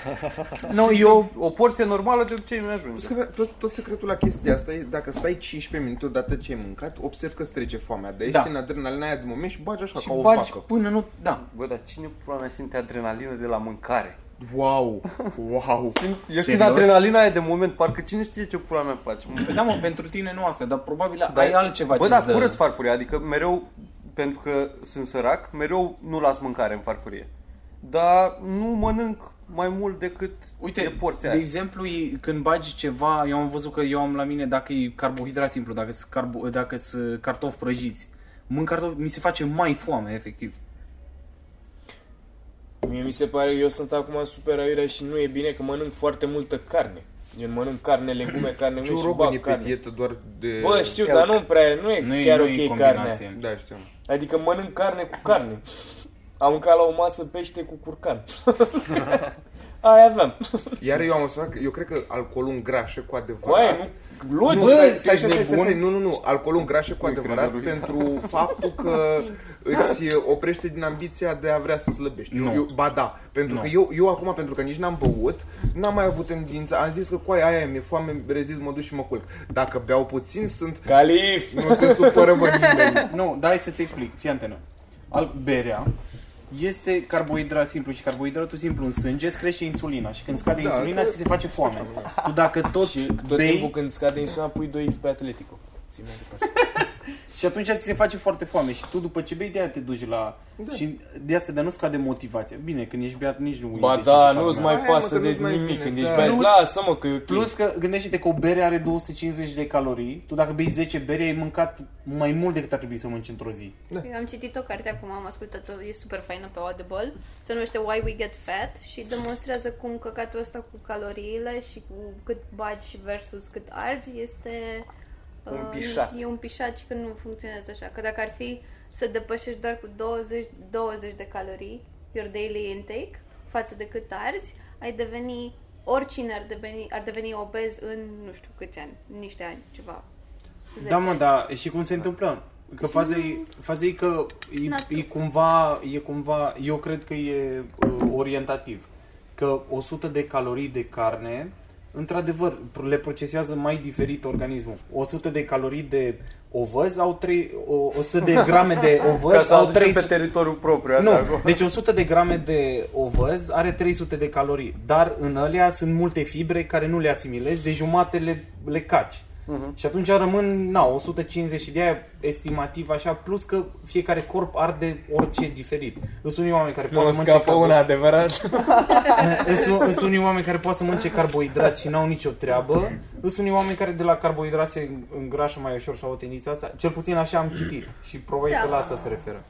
Nu, eu... O porție normală de obicei mi ajunge. Plus că tot, tot secretul la chestia asta e dacă stai 15 minute odată ce ai mâncat, observi că îți trece foamea. De aici Da. da. în adrenalina aia de moment și bagi așa Și ca o bagi vacă. până nu... Da. Bă, dar cine pula mea simte adrenalină de la mâncare? Wow! Wow! Simt, e când adrenalina e de moment, parcă cine știe ce pula mea faci? Păi da, mă, pentru tine nu asta, dar probabil ai altceva Bă, ce da, să- curăț farfuria, adică mereu, pentru că sunt sărac, mereu nu las mâncare în farfurie. Dar nu mănânc mai mult decât Uite, de porția de aia. exemplu, e- când bagi ceva, eu am văzut că eu am la mine, dacă e carbohidrat simplu, dacă sunt carbo- dacă sunt cartofi prăjiți, mânc cartofi, mi se face mai foame, efectiv. Mie mi se pare, eu sunt acum super aiurea și nu e bine că mănânc foarte multă carne. Eu mănânc carne, legume, carne, nu și Ciu e bag pe carne. dietă doar de... Bă, știu, dar nu prea, nu e Nu e, chiar nu e ok carnea. combinație. Da, știu. Adică mănânc carne cu carne. Am mâncat la o masă pește cu curcan. Aia aveam. Iar eu am observat că eu cred că alcoolul îngrașă cu Cu aia, adevărat. nu? Nu, Logic. stai, stai, ești stai, stai, stai, nebun? stai, nu, nu, nu, alcoolul îngrașă cu adevărat pentru faptul că îți oprește din ambiția de a vrea să slăbești. Eu, eu, ba da, pentru că eu, eu acum, pentru că nici n-am băut, n-am mai avut tendința, am zis că cu aia, aia mi-e foame, rezist, mă duc și mă culc. Dacă beau puțin, sunt, Calif! nu se supără mă nimeni. Nu, da, hai să-ți explic. Fii antenă. Al, berea este carbohidrat simplu și carbohidratul simplu în sânge îți crește insulina și când scade da, insulina ți se face foame. Tu dacă tot, Și tot bei timpul când scade insulina pui 2x pe Atletico. Zi mai departe. și atunci ți se face foarte foame și tu după ce bei de te duci la... Da. Și de asta, dar nu scade motivația. Bine, când ești beat nici nu uite Ba ce da, se nu-ți fac, mai Hai, mă, pasă că de nu-ți mai nimic vine, când ești da. pe aia, Plus- Lasă-mă că e ok. Plus că gândește-te că o bere are 250 de calorii, tu dacă bei 10 bere ai mâncat mai mult decât ar trebui să mănânci într-o zi. Eu am citit o carte acum, am ascultat-o, e super faină pe Audible, se numește Why We Get Fat și demonstrează cum căcatul ăsta cu caloriile și cu cât bagi și versus cât arzi este... Un uh, pișat. E un pișat și că nu funcționează așa. Că dacă ar fi să depășești doar cu 20, 20 de calorii your daily intake față de cât arzi, ai deveni oricine ar deveni, ar deveni obez în nu știu câți ani, niște ani, ceva. 10 Da, mă, dar și cum se întâmplă? Că faza e, faza e că not e, e, true. cumva, e cumva, eu cred că e uh, orientativ. Că 100 de calorii de carne, într-adevăr, le procesează mai diferit organismul. 100 de calorii de ovăz au 3, o, 100 de grame de Ca ovăz să au aducem 300 pe teritoriul propriu, așa, nu, acum. deci 100 de grame de ovăz are 300 de calorii, dar în alea sunt multe fibre care nu le asimilezi, de jumate le, le caci. Mhm. Uh-huh. Și atunci rămân, na, 150 și de aia estimativ așa, plus că fiecare corp arde orice diferit. Sunt unii oameni care pot Nu să mănânce scapă una adevărat. Îs- Sunt unii oameni care pot să mănânce carbohidrați și n-au nicio treabă. Sunt unii oameni care de la carbohidrați se îngrașă mai ușor sau au tendința asta. Cel puțin așa am citit și probabil Da. că la asta se referă.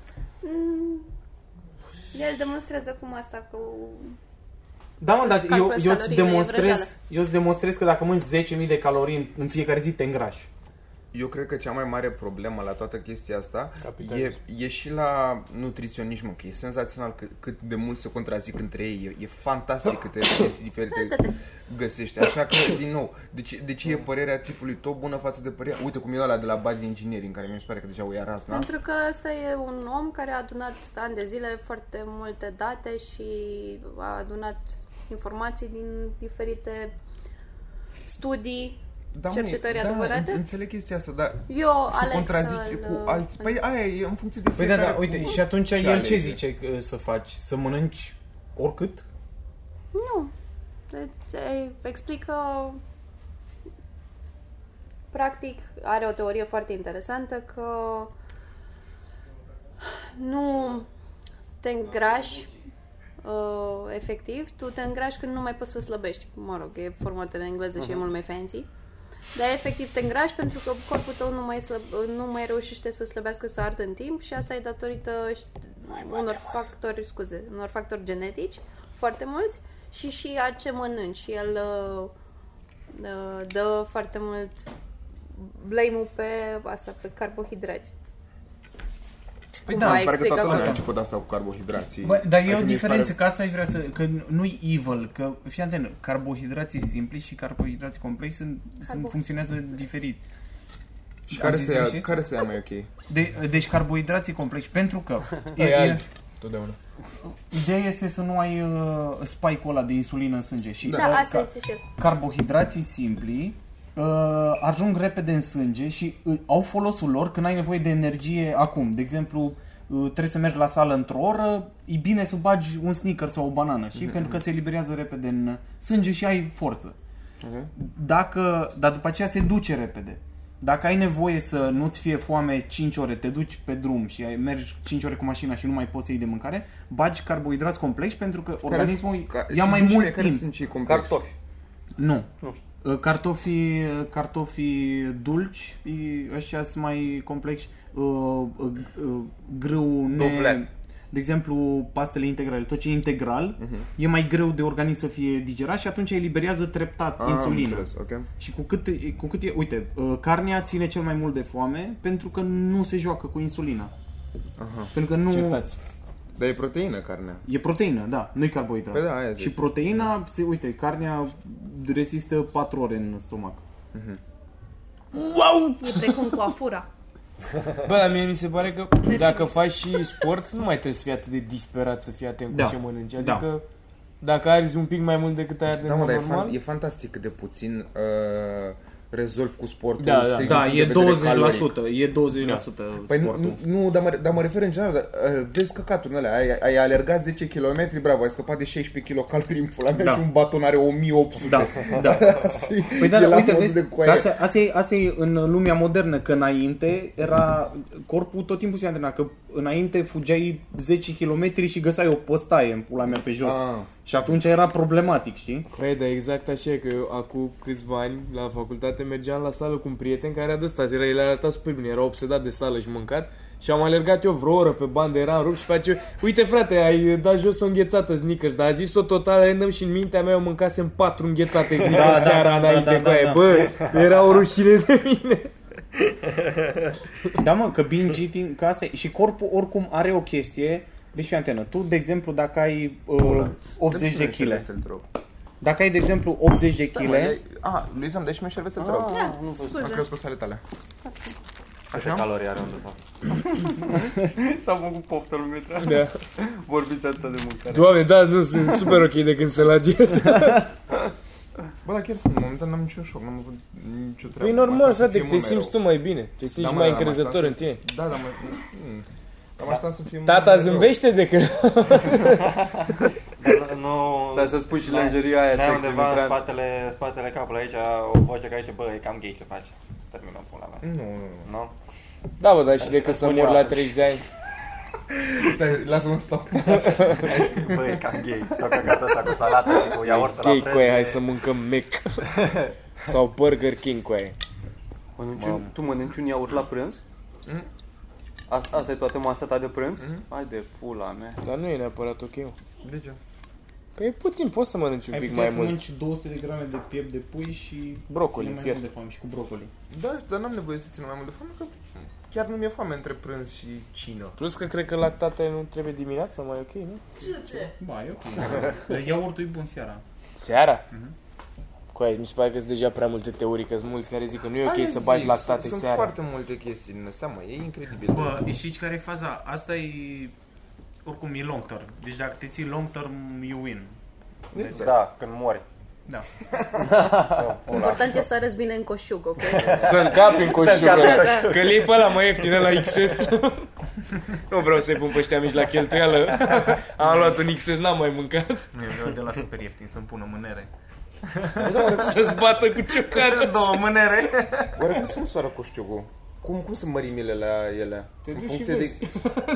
El demonstrează cum asta cu... Da, mă, Să dar scalpezi eu, eu îți caloriile, e demonstrez, vrăjeală. eu îți demonstrez că dacă mănânci 10.000 de calorii în, în fiecare zi, te îngrași. Eu cred că cea mai mare problemă la toată chestia asta e, Capitalism. e și la nutriționism, mă, că e senzațional cât, cât de mult se contrazic între ei. E, e fantastic câte chestii diferite Da, găsești. Așa că, din nou, deci, deci e părerea tipului tău bună față de părerea... Uite cum e ăla de la Bad Engineering, care mi se pare că deja o ia razna. Pentru că ăsta e un om care a adunat ani de zile foarte multe date și a adunat informații din diferite studii, Da, mă, cercetări da, adevărate? în- înțeleg chestia asta, dar Eu, se Alex, contrazice îl, cu alții. Păi aia e în funcție de Păi da, fiecare... da, uite, cum- și atunci ce el ce alege. zice că, uh, să faci? Să mănânci oricât? Nu. Îți îi explică... Practic, are o teorie foarte interesantă că nu te îngrași uh, efectiv, tu te îngrași când nu mai poți să slăbești. Mă rog, e format în engleză și e mult mai fancy. Dar efectiv te îngrași pentru că corpul tău nu mai, slăb, nu mai reușește să slăbească, să ardă în timp și asta e datorită ști- unor factori, scuze, unor factori genetici foarte mulți și și a ce mănânci. Și El uh, uh, dă foarte mult blame-ul pe asta, pe carbohidrați. Păi da, Mai Pare că explică toată lumea a acolo. început asta cu carbohidrații. Bă, dar e Adică o mi se pare- diferență, că asta aș vrea să... Că nu-i evil, că, fii atent, carbohidrații simpli și carbohidrații complexi sunt, sunt, Carbo- funcționează diferit. Și Am care zis să ia, greșit? care să ia mai ok? De, deci carbohidrații complexi, pentru că... e- E e- alb. Totdeauna. Ideea este să nu ai uh, spike-ul ăla de insulină în sânge. Și Da, uh, asta ca- este și el. carbohidrații simpli uh, ajung repede în sânge și uh, au folosul lor când ai nevoie de energie acum. De exemplu, uh, trebuie să mergi la sală într-o oră, e bine să bagi un sneaker sau o banană, și Mhm. pentru că se eliberează repede Mhm. în sânge și ai forță. Dacă, dar după aceea se duce repede. Dacă ai nevoie să nu-ți fie foame 5 ore, te duci pe drum și ai, mergi 5 ore cu mașina și nu mai poți să iei de mâncare, bagi carbohidrați complexi pentru că organismul Care- ia mai sunt mult cine- timp. Care sunt cei complexi? Cartofi. Nu. nu știu. Cartofii, cartofii dulci, i- ăștia sunt mai complexi. Uh, uh, uh, Grâu ne... Dovleac. De exemplu, pastele integrale, tot ce e integral, uh-huh. e mai greu de organism să fie digerat și atunci eliberează treptat Ah, am insulină. înțeles, ok. Și cu cât, cu cât e, uite, uh, carnea ține cel mai mult de foame pentru că nu se joacă cu insulina. Aha. Pentru că nu... Certați. Dar e proteină carnea. E proteină, da, nu e carbohidrat. Păi da, aia zic. și proteina, se, uite, carnea rezistă 4 ore în stomac. precum coafura. Bă, la mie mi se pare că dacă faci și sport, nu mai trebuie să fii atât de disperat să fii atent cu Da. ce mănânci. Da. Adică, dacă arzi un pic mai mult decât ai arde Da, mă, dar e, normal, fan, e fantastic cât de puțin uh, rezolv cu sportul. Da, da. strict din Da, punct e de vedere 20%, caloric. e 20% da. sportul. Păi nu, nu dar, mă, dar mă refer în general, uh, vezi căcaturi în alea, ai, ai alergat 10 km, bravo, ai scăpat de 16 kilocalorii în pula mea Da. și un baton are 1800. Da, da. Asta e- Păi e da, la uite, modul vezi, de că coaie. asta, asta, e, asta e în lumea modernă, că înainte era, corpul tot timpul se antrena, că înainte fugeai 10 km și găseai o postaie în pula mea pe jos. Ah. Și atunci era problematic, știi? Păi, da, exact așa e, că eu acum câțiva ani la facultate mergeam la sală cu un prieten care a dăstat, era, el arăta super bine, era obsedat de sală și mâncat și am alergat eu vreo oră pe bandă, eram rupt și face, uite frate, ai dat jos o înghețată Snickers, dar a zis-o total random și în mintea mea eu mâncasem patru înghețate Snickers da, seara da, da, înainte da, da, cu aia. da. bă, era o rușine de mine. Da, mă, că binge eating, că asta e. Și corpul oricum are o chestie. Deci fii antenă, tu, de exemplu, dacă ai uh, 80 de kg, Șervețel te rog. dacă ai, de exemplu, 80 de Da, mă, kg, ai- A, lui Zăm, deci mi-e șervețel, te rog. Da, Am scuze. crezut că sale tale. Câte calorii are unde sau? S-a făcut poftă lumea. Da. Vorbiți atât de mâncare. Doamne, da, nu, sunt super ok de când sunt la dietă. Bă, dar chiar sunt, momentan n-am niciun șoc, n-am avut nicio treabă. Păi Asta normal, să frate, fie că te mult mai simți tu rău. Da, mai bine, te Da, simți mă, mai dar am încrezător așteptat în tine. să- Da, da, mă... mm, Am așteptat să fie mult Tata mai rău. zâmbește de când... Nu... Stai să spui și lingeria aia N-ai sexy, undeva în Mitran. spatele, spatele capului aici o voce care zice, bă, e cam gay ce faci. Terminăm pula mea. Nu, nu, nu. Nu? Da, bă, dar și decât să Spune mor la atunci. 30 de ani. Stai, lasă-mă să stau. Bă, e cam gay. Tot căcatul ăsta cu salată și cu iaurt la Gay prânz. cu aia, hai e- să mâncăm Mac. Sau Burger King cu aia. Mănânci un, tu mănânci un iaurt la prânz? Asta, asta e toată masa ta de prânz? Hai de pula mea. Dar nu e neapărat ok. mă. De ce? Că e puțin, poți să mănânci un ai pic putea mai să mult. mânci 200 de grame de piept de pui și Brocoli, ține mai fiert. mult de foame și cu brocoli. Da, dar n-am nevoie să țin mai mult de foame, că chiar nu mi-e foame între prânz și cină. Plus că cred că lactatele nu trebuie dimineața, mai e ok, nu? Ba, e ok. Dar Iaurtul e bun seara. Seara? Cu aia, mi se pare că sunt deja prea multe teorii, că sunt mulți care zic că nu e ok Aia să zic, bagi lactate sunt seara. foarte multe chestii din astea, mă, e incredibil. Bă, e și care e faza? Asta e... Oricum e long term. Deci dacă te ții long term, you win. Exact. Da, când mori. Da. Important e să arăți bine în coșug, ok? Să încap în coșul încapi în ăla. Că lei pe ăla mai ieftin la XS. nu vreau să-i pun pe ăștia mici la cheltuială. Am luat un XS, n-am mai mâncat. Nu, eu vreau de la super ieftin să-mi pună mânere. Să-ți bată cu ciocană. Două mânere? Oare cum se măsoară coștiugul? Cum, cum sunt mărimile la ele? Te duci și vezi.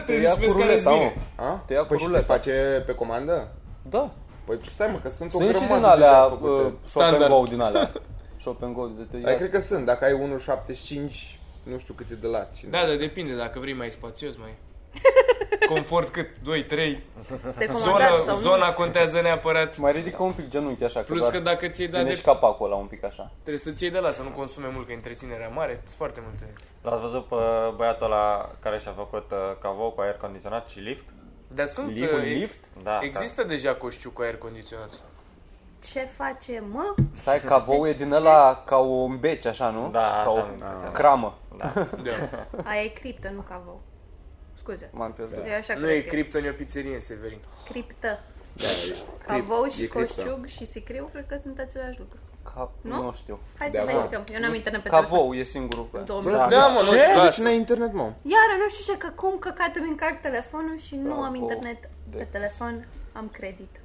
Te duci și vezi care-s bine. A? Te ia cu păi și ți ruleta. face pe comandă? Da. Păi stai mă, că sunt, o Sunt și grămadă din alea, de făcute. uh, shop Standard. and go din alea. Shop and go de te Dar ia. cred că sunt, dacă ai 1,75, nu știu cât e de lat. Da, da, depinde, dacă vrei mai spațios, mai... Confort cât? 2, 3? Te comandat Zona, sau nu? zona contează neapărat. Mai ridică un pic genunchi așa, că Plus doar că dacă ți-ai dat ține de... și capacul ăla un pic așa. Trebuie să ții de la, să nu consume mult, că întreținerea mare. Sunt foarte multe. L-ați văzut pe băiatul ăla care și-a făcut uh, cavou cu aer condiționat și lift? Dar sunt... Lift? uh, Un lift? Da, Există deja coșciu cu aer condiționat. Ce face, mă? Stai, cavou e din ăla ca o beci așa, nu? Da, ca așa, o da. cramă. Da. Aia e criptă, nu cavou. Scuze. M-am pierdut. Eu așa Nu cred e că criptă, e o pizzerie în Severin. Criptă. da. Cavou și e criptă. coșciug și sicriu cred că sunt același lucru. Ca... Nu? Nu? știu. Hai Da, să mă. verificăm. Eu n-am internet pe telefon. Cavou e singurul. Pe... Două Da, minute. Da, mă, nu ce? știu Deci asta. n-ai internet, mă. Iară, nu știu ce, că cum Deci- căcat îmi încarc telefonul și nu am internet pe de- telefon, am credit.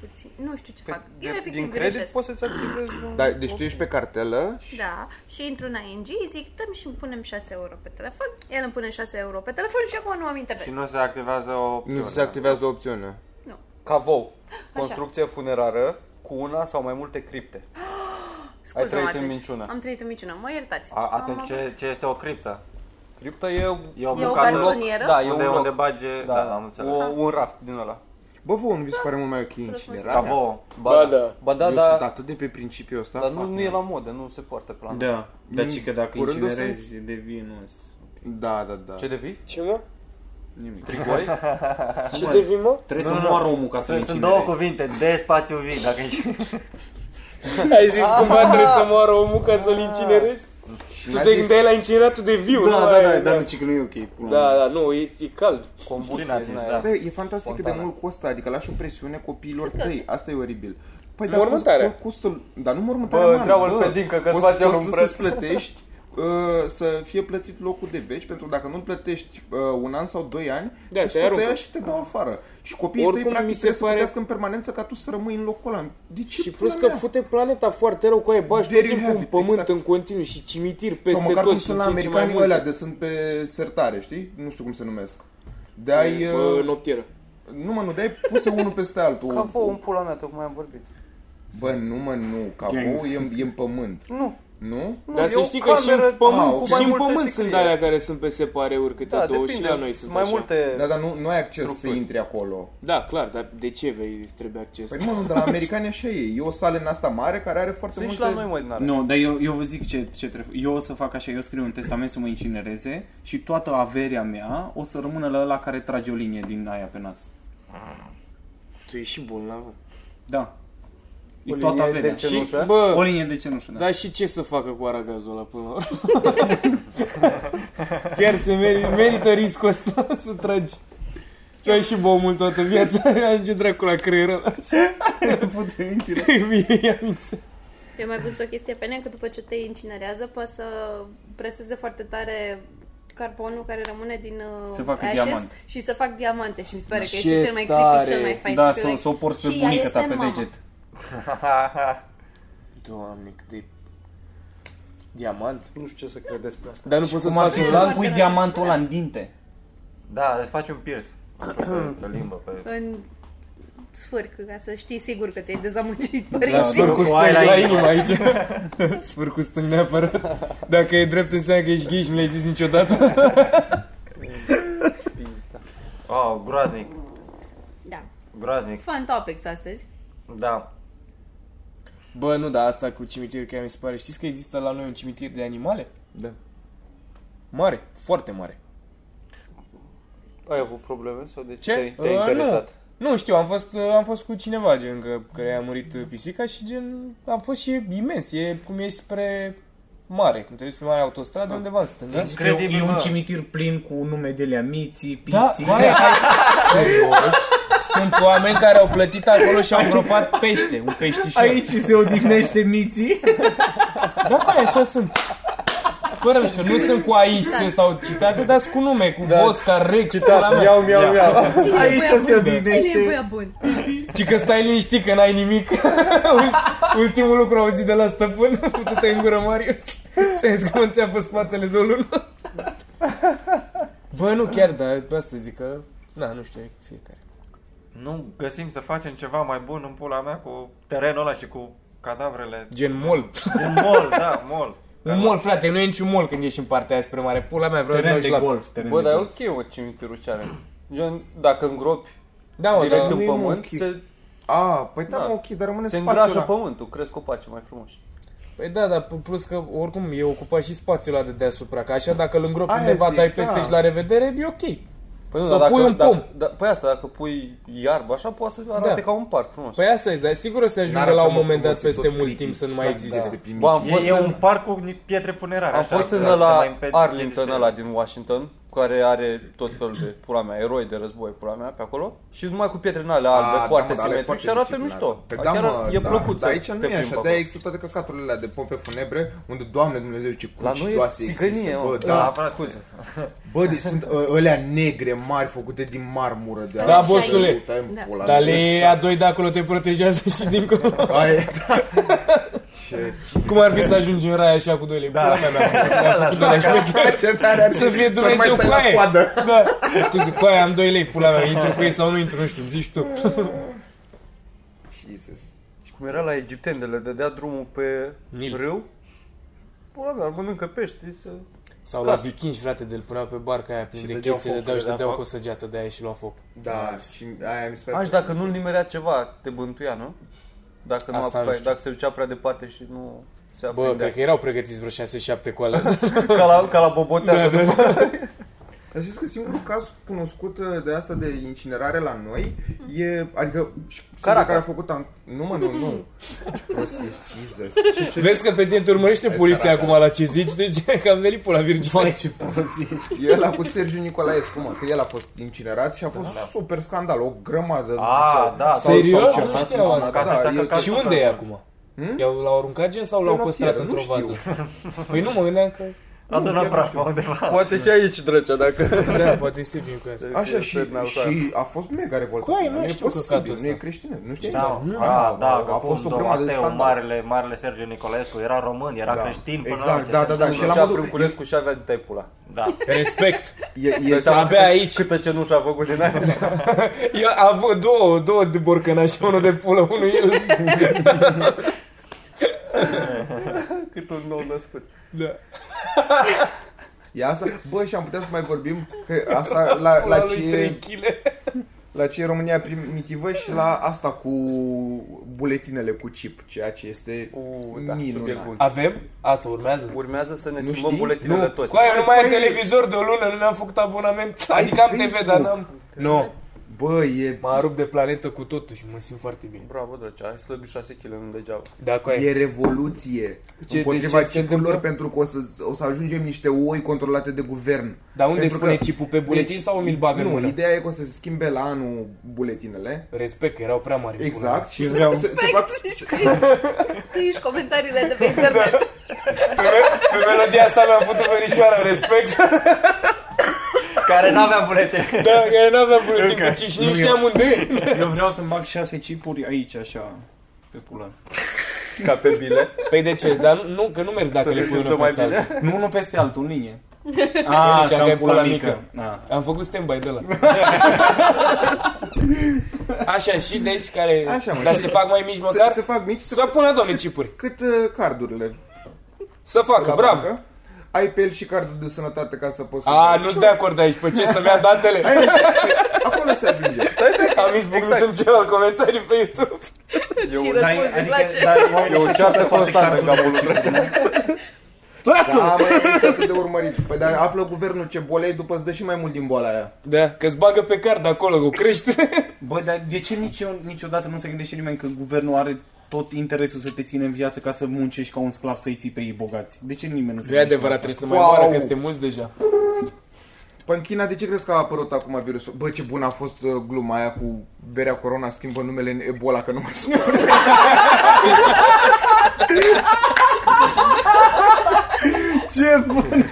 puțin. Nu știu ce fac. Eu de- efectiv din credit greșesc. poți să-ți activezi un... Da, deci tu ești pe cartelă și Da, și intru în ING, zic, dăm și îmi punem 6 euro pe telefon, el îmi pune 6 euro pe telefon și acum nu am internet. Și nu se activează o Da. opțiune. nu se activează opțiunea. Cavou. Construcție funerară cu una sau mai multe cripte. Scuză-mă trăit în atunci. minciună. Am trăit în minciună, mă iertați. A, Am atunci avut- ce, ce este o criptă? Cripta e, E o E o bucată garsonieră? Da, e unde, un loc. unde bage... Da, da, am o, înțeles. un raft din ăla. Bă, vouă, nu vi se pare mult mai ok incinerarea? Da. Cavou. Ba da. Ba da, Eu sunt da. atât de pe principiul ăsta. Dar nu, fuck, nu e la modă, nu se poartă pe la noi. Da, Mm. dar ci că dacă curând o să- incinerezi devii nu Da, da, da. Ce devii? Ce mă? nimic. Trigoi? Ce devii mă? Trebuie să moară omul ca să Sunt, sunt incinerezi. două cuvinte, de spațiu vin, dacă încerci. Ai zis cumva trebuie să moară omul ca să-l incinerezi? Și Tu mi-a te zis- gândeai la incineratul de viu, nu Da, da, mai- da, dar ci că nu e ok. pula Da, mea. da, nu, e, e cald. Combustie din da. aer. Bă, e fantastic cât de Spontană. mult costă, adică lași o presiune copiilor tăi, asta e oribil. Păi, Mormântarea. cu- Costul, dar nu mormântarea, Bă, man, întreabă-l bă. pe Dincă că-ți Costă- face un costă preț. să-ți plătești, uh, să fie plătit locul de beci, pentru că dacă nu-l plătești uh, un an sau doi ani, Da, îți te tot aruncă. tăia și te dau afară. Și copiii Oricum, tăi, mi practic, se trebuie să pare- plătească în permanență ca tu să rămâi în locul ăla. De ce, Și plus pula că mea? fute planeta foarte rău cu aia, bași tot There you timpul have în it, pământ exact. în continuu și cimitir peste Sau măcar tot cum și sunt la în ce în ce mai americanii multe. ălea de sunt pe sertare, știi? Nu știu cum se numesc. De-ai... Bă, Uh, noptieră. nu mă, nu, de-ai puse unul peste altul. Cavou, în pula mea, tocmai am vorbit. Bă, nu mă, nu, cavou e, în- e în pământ. Nu. Nu? Nu, Dar e să o știi că și în cameră pământ, Ah, ok. și mai în multe pământ sunt secrie. alea care sunt pe separeuri câte Da, două și depinde. la noi sunt mai așa. multe... Da, dar nu, nu ai acces să Structuri. intri acolo. Da, clar, dar de ce vei îți trebuie acces? Păi nu, nu, dar la americani așa e. E o sală în asta mare care are foarte Sunt și multe... la noi, mă, din alea. Nu, dar eu, eu vă zic ce, ce trebuie. Eu o să fac așa, eu scriu un testament să mă incinereze și toată averea mea o să rămână la ăla care trage o linie din aia pe nas. Tu ești și bolnavă. Da. E O toată linie averea. de cenușă. O Bă, linie de cenușă, da. dar și ce să facă cu aragazul ăla până la urmă? Chiar se meri, merită riscul ăsta să tragi. Tu ai și băut mult toată viața, ajunge dracu la creierul ăla. Mie aminte. Eu mai văzut o chestie pe net, că după ce te incinerează, poate să preseze foarte tare carbonul care rămâne din uh, Să facă ashes diamant. și să fac diamante și mi se pare că Ce este cel mai creepy tare! și cel mai fain. Da, Și să, like, să o porți pe și ea bunica este ta pe mama. deget. Doamne, cât de... Diamant? Nu știu ce să cred despre asta. Dar nu poți să-ți faci un Să lanț? pui diamantul ăla în dinte. Da, îți faci un pierce. Pe, pe limbă, pe... În sfârc, ca să știi sigur că ți-ai dezamăgit Da, părinții. sfârcul Cu stâng aer la la inimă. inimă aici. Sfârcul stâng neapărat. Dacă e drept înseamnă că ești gay și nu l-ai zis niciodată. Oh, groaznic. Da. Groaznic, Fun topics astăzi. da. Bă, nu, dar asta cu cimitir care mi se pare. Știți că există la noi un cimitir de animale? Da. Mare, foarte mare. Ai avut probleme sau de Ce? ce te-ai, te-ai Uh, interesat? Nu știu, am fost, am fost cu cineva gen că, care a murit uh, pisica și gen am fost și imens, e cum ești spre mare, cum te duci spre mare Da. autostradă undeva în stânga. Crede, Incredibil, e un mă. cimitir plin cu nume de lea Miții, Da, Piții. mai, serios? Sunt oameni care au plătit acolo și au îngropat pește, un peștișor. Aici se odihnește Miții. Da, care așa sunt. Fără mișto, nu sunt cu aici sau citate, dar sunt cu nume, cu da. Bosca, Rex, pula mea. Iau, iau, iau. Ține Aici voia se bună. odihnește. Ține voia bună. Ci că stai liniștit că n-ai nimic. Ul- Ultimul lucru auzit de la stăpân, putu-te în gură, Marius. Ți-ai zis că mă înțea pe spatele de o lună. Bă, nu chiar, dar pe asta zic că... Na, nu știu, e fiecare. Nu găsim să facem ceva mai bun în pula mea cu terenul ăla și cu cadavrele. Gen mol. Un mol, da, mol. Un mol, frate, nu e niciun mol când ești în partea aia spre mare. Pula mea, vreau să Teren merg de și la... golf, teren Bă, de dar e golf. ok mă cimitirul ce are. Gen, dacă îngropi Da, mă, direct dar... în e mă, pământ, ok. se, A, păi da, Da. mă, ok, dar rămâne se spațiul îngrașă ăla. pământul, cresc copaci mai frumos. Păi da, dar p- plus că oricum e ocupat și spațiul ăla de deasupra, că așa dacă îl îngropi Aia undeva, zic, dai peste da. și la revedere, e ok. Păi nu, Sau dar pui un dacă, pom. Da, păi asta, dacă pui iarbă, așa poate să arate Da. ca un parc frumos. Păi asta e, dar sigur o să ajungă N-arată, la un mă, moment dat frumos, e peste tot mult creepy. timp să nu mai Da, există. da. Bă, am E, fost e în- un parc cu ni- pietre funerare. Am așa, fost în să- să exact, ăla mai împe- Arlington împiedice. ăla din Washington care are tot felul de, pula mea, eroi de război, pula mea, pe acolo, și numai cu pietre din alea albe, foarte da, mă, dar alea e simetric și arată mișto. disciplinate. Chiar e plăcut da, să aici nu te e plimbi așa, pe de-aia acolo. există toate căcaturile alea de pompe funebre, unde, Doamne Dumnezeu, ce La cuci noi e doase țigănie, există, mă. bă, Da, da. scuze. Bă, deci sunt ă, ălea negre mari făcute din marmură de Da, alea. bosule. Să uităm, Da. pula Dar mea, le exact. a doi de acolo te protejează și dincolo. Aia e, da. Ce Cum ar fi să ajungi în rai așa cu doi lei? Da. Pula mea, mi-a făcut, mi-a făcut de la șmecher. ce tare ar fi Să fie nu mai Dumnezeu cu stai la aia. coadă. Da. Scuze, cu aia am 2 lei, pula mea, intru cu ei sau nu intru, nu știu, zici tu. Jesus. Și cum era la egipteni, de le dădea drumul pe Nil. râu, pula mea, mănâncă pește, se... Sau la vikingi, frate, de-l punea pe barca aia plin Și de dădeau chestii, foc, le dau și le dea dădeau foc. cu o săgeată de aia și lua foc. Da, și aia mi se pare... Aș, da- dacă nu-l nimerea ceva, te bântuia, nu? Dacă nu Asta nu apucai, știu. dacă se ducea prea departe și nu se Bă, aprindea. cred că erau pregătiți vreo 6-7 cu alea. ca, la, ca la bobotează. Da, da. Dar știți că singurul caz cunoscut uh, de asta de incinerare la noi e, adică, și Caraca. Caraca. care a făcut am... Nu mă, nu, nu. Ce prost ești, Jesus. Vezi că pe tine te urmărește poliția acum la ce zici, deci că am venit pula Virgil. ce prost ești. E ăla cu Sergiu Nicolaescu, mă, că el a fost incinerat și a fost da, super scandal, o grămadă. A, da, sau- Serios? sau Nu certat știau cu asta. mama, Da, Dacă e, ca- Și unde e acum? Hmm? I-au l-au aruncat gen sau l-au Pe păstrat noptieră, nu într-o vază? știu. Păi nu, mă gândeam că... nu, Adună chiar nu praful undeva. Poate și aici drăcea, dacă... Da, poate este bine cu asta. Așa și, Este da. în altă. și a fost mega revoltat. Coai, nu e știu căcatul posibil, ăsta. nu e creștin, nu știu. Da, Ah, nu, da, da, a fost o grămadă de scandal. marele, marele Sergiu Nicolescu era român, era Da. creștin până la Exact, uite, da, da, da, și Și la la modul... Frânculescu și avea de tai pula. da. Respect. E, Da. e, Dai seama abia câtă- aici. Câtă cenușă a făcut din aia. Eu a avut două, două de borcăna și unul de pulă, unul el. Cât un nou născut. Da. e asta. Bă, și am putea să mai vorbim că asta la, la lui ce... 3 kg. La ce e România primitivă și la asta cu buletinele cu chip, ceea ce este U, da, minunat. subiect bun. Avem? Asta urmează? Urmează să ne Nu schimbăm știi? buletinele Nu. toți. Cu aia nu mai am Păi- televizor de o lună, nu mi-am făcut abonament. Ai Adică am TV, dar Facebook. n-am... Nu, Bă, e, m-am rupt de planetă cu totul și mă simt foarte bine. Bravo, drăcea, ai slăbit 6 kg, nu degeaba. Da, cu e aia. revoluție ce- împotriva de ce se chipurilor întâmplă? pentru că o să, o să ajungem niște oi controlate de guvern. Dar unde Pentru spune că- chipul? Pe buletin Deci, sau mi-l bagă în Nu, mână? ideea e că o să se schimbe la anul buletinele. Respect, că erau prea mari. Exact. Și Eu se, vreau- se, se fac, Păi, Tu ești comentariile de pe Da. internet. Pe melodia asta mi-am făcut verișoara, respect. Care n-avea bulete. Da, că n-aveam buletin cu cinci, nu Nu știam unde e. Eu vreau să bag șase chipuri aici, așa, pe pula. Ca pe bile, Păi de ce? Dar nu- nu, că nu merg dacă să le se pui simtă unul mai peste altul. bine. Nu unul peste altul, în linie. A, Și ca aveai în pula pula mică. Ah. A. Am făcut stand-by de la. Așa, și deci care... Așa, mă, dar și- se fac mai mici se, măcar? se fac mici, se Să pună, domne, cipuri. cât uh, cardurile. Să facă, la bravo. bancă. Ai pe el și cardul de sănătate ca să poți să... A, nu-ți de acord aici, pe ce să-mi ia datele? Acolo se ajunge. Am izbucnit Exact. în celălalt comentariu pe YouTube. și răspuns adică îmi place. dar, E o ceartă constantă în capul lui drăcea. Da, mă, e nici atât de urmărit. Păi dar află guvernul ce boală e, după îți dă și mai mult din boala aia. Da, că-ți bagă pe card acolo cu crește. Bă, dar de ce nici eu, niciodată nu se gândește nimeni că guvernul are tot interesul să te ține în viață ca să muncești ca un sclav să-i ții pe ei bogați? De ce nimeni nu se Nu e gândește adevărat, la trebuie să mai Wow. moară, că suntem mulți deja. Păi în China, de ce crezi că a apărut acum virusul? Bă, ce bun a fost uh, gluma aia cu berea corona schimbă numele în Ebola, că nu mai spune. asta? Ce bun!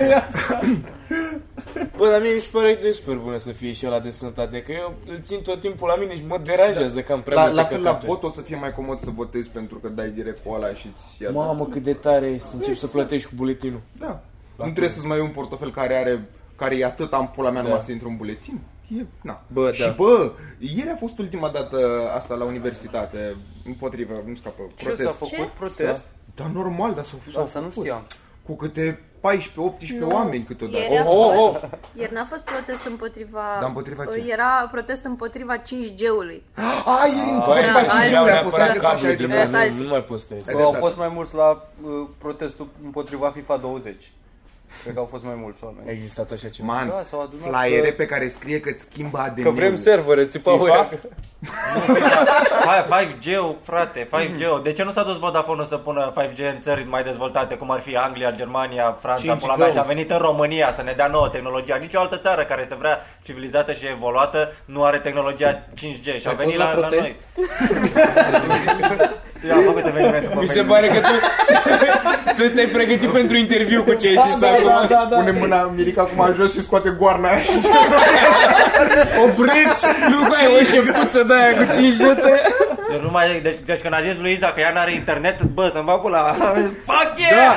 Bă, dar mie mi se pare că e super bună să fie și ăla de sănătate, că eu îl țin tot timpul la mine și mă deranjează că am prea La, multe la fel la căcaturi. vot o să fie mai comod să votezi pentru că dai direct cu ăla și ți ia dat. Mamă, cât de tare e să începi să plătești cu buletinul. Da. Nu trebuie să-ți mai iei un portofel care are care e atât am pula mea da. numai să intre un buletin. E, na. Bă, și da. bă, ieri a fost ultima dată asta la universitate, împotrivă, nu scapă, Ce s-a protest. făcut? Protest? Dar normal, dar s-a s-a Asta nu făcut. știam. Cu câte 14-18 Nu. oameni câteodată. Ieri a Oh, oh, fost, ieri n-a fost protest împotriva... Ă, Dar împotriva ce? Era protest împotriva 5G-ului. A, e Băi, Da, alții da, au da, a alții fost au neapărat alea alții cadru, parte ai alții. drăguț, dreptate. alții. nu- Nu mai poți să trăiesc. Ai Bă, au dreptate. fost mai mulți la uh, protestul împotriva FIFA 20. Cred că au fost mai mulți A oameni. existat așa ceva. Man, Da, s-au adunat flyere că- pe care scrie că-ți schimbă ADN-ul. Că vrem servere, țipa ăia. Fa- 5G, frate, Mhm. 5G. De ce nu s-a dus Vodafone să pună 5G în țări mai dezvoltate, cum ar fi Anglia, Germania, Franța, 5G? pula mea, și a venit în România să ne dea nouă tehnologia. Nici o altă țară care se vrea civilizată și evoluată nu are tehnologia 5G și a Ai venit fost la la, la noi. protest? Eu am făcut evenimentul pe Mi se Facebook. pare că tu, tu te-ai pregătit pentru interviu cu ce Da, ai zis acum. Pune mâna Mirica acum în jos și scoate goarna aia și opriți. Nu, bă, e o șepuță de aia cu 5 jete. Deci, nu mai, deci, deci când a zis Luiza că ea n-are internet, bă, să-mi bag pula. Fuck yeah! Da.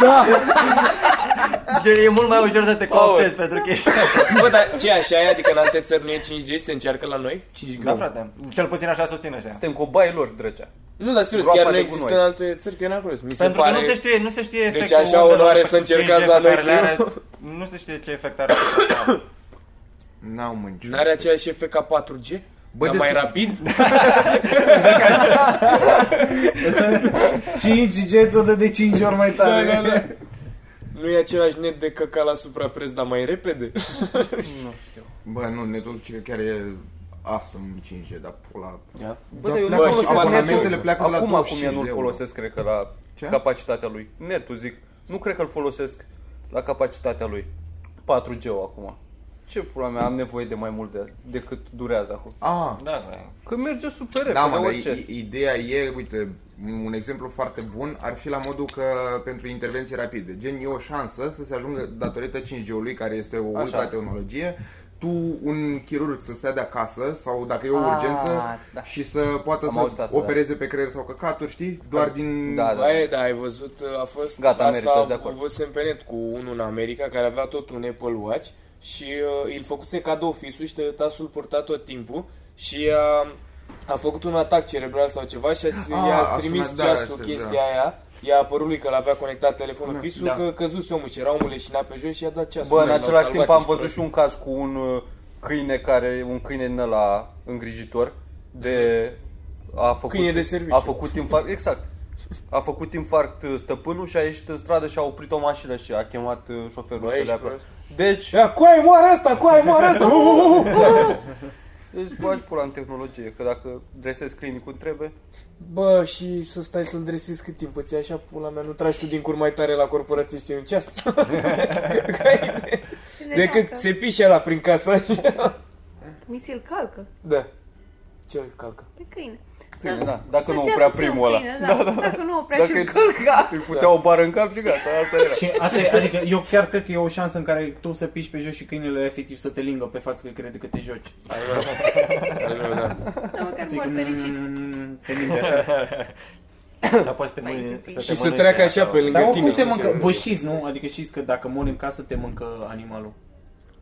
Da. da. E mult mai ușor să te cooptezi pentru chestia asta. Bă, dar ce așa e? Adică în alte țări nu e 5G și se încearcă la noi? Da, frate. Cel puțin așa susțin ăștia. Suntem cobaii lor, drăgea. Nu, dar serios, Groapa chiar nu de există gunoi. în alte țări, că eu n-am cules. Mi se Pentru că nu se pare... deci știe, nu se știe efectul așa undelor onoare pe să încercați 5G la pe noi care le are. cu- Nu se știe ce efect are. asta. da. N-au mâncit. N-are aceeași efect ca 4G? Bă, dar de mai se- rapid? 5G ți-o dă de 5 ori mai tare. Da, da, da. Nu e același net de căca la suprapreț, dar mai repede? Bă, nu, netul ce chiar e awesome 5G, dar pula... Da, Bă, dar eu nu pleacă și folosesc abonamentele, netul. pleacă de la Acum, acum 25 eu nu-l de euro. folosesc, cred că, la Ce? capacitatea lui. Netul, zic. Nu cred că-l folosesc la capacitatea lui. 4G-ul acum. Ce pula mea, am nevoie de mai mult de, decât durează acum. Ah, Da, da. Că merge super repede, Da, mă, dar orice. i- i- ideea e, uite, un exemplu foarte bun ar fi la modul că pentru intervenții rapide, gen e o șansă să se ajungă datorită 5G-ului, care este o ultra tehnologie, tu, un chirurg să stea de acasă sau dacă e o urgență da. și să poată Am auzit să asta, da. opereze pe creier sau căcaturi, știi? Doar din... Da, da. Băi, da, ai văzut, a fost Gata, merită, asta, sunt de acord. a fost pe net cu unul în America care avea tot un Apple Watch și uh, îl făcuse cadou fisul și tasul purta tot timpul și a, a făcut un atac cerebral sau ceva și a, Ah, a, i-a a trimis sunat, da, ceasul așa, chestia da. aia, i-a apărut lui că l-avea conectat telefonul fisul, da. că căzuse omul și era omul leșinat pe jos și i-a dat ceasul. Bă, în L-au același timp salvat am și văzut și un caz cu un uh, câine care, un câine din ăla îngrijitor de a făcut, Câine de serviciu. a făcut infarct, exact. A făcut infarct uh, stăpânul și a ieșit în stradă și a oprit o mașină și a chemat uh, șoferul Bă, să ești le apă. prost. Deci, Ia, cu ai moare asta, cu ai moare asta. Uh, uh, uh, uh. deci bagi pula în tehnologie, că dacă dresezi clinicul trebuie, Bă, și să stai să-l dresezi cât timp îți ia așa pula mea, nu tragi tu din cur mai tare la corporație și un ceas. Ca idee. Decât se pișe la prin casă. Mi ți-l calcă da. Ce îl calcă? pe câine. Câine, Să- da. Dacă să-ți nu ia oprea să-ți ia un primul ăla. câine, da. Dacă nu oprea și Dacă- îl călca. îi putea o bară în cap și gata, asta era. Și asta e, adică eu chiar cred că e o șansă în care tu să piși pe jos și câinele efectiv să te lingă pe față că crede că te joci. Dar măcar mor fericit. Mm, te linge așa. Dar poți să te Mai mâini- zic. te Și să mănânci treacă așa pe acolo. lângă Dar tine. oricum te știi? mâncă, vă știți, nu? Adică știți că dacă mori în casă te mâncă animalul.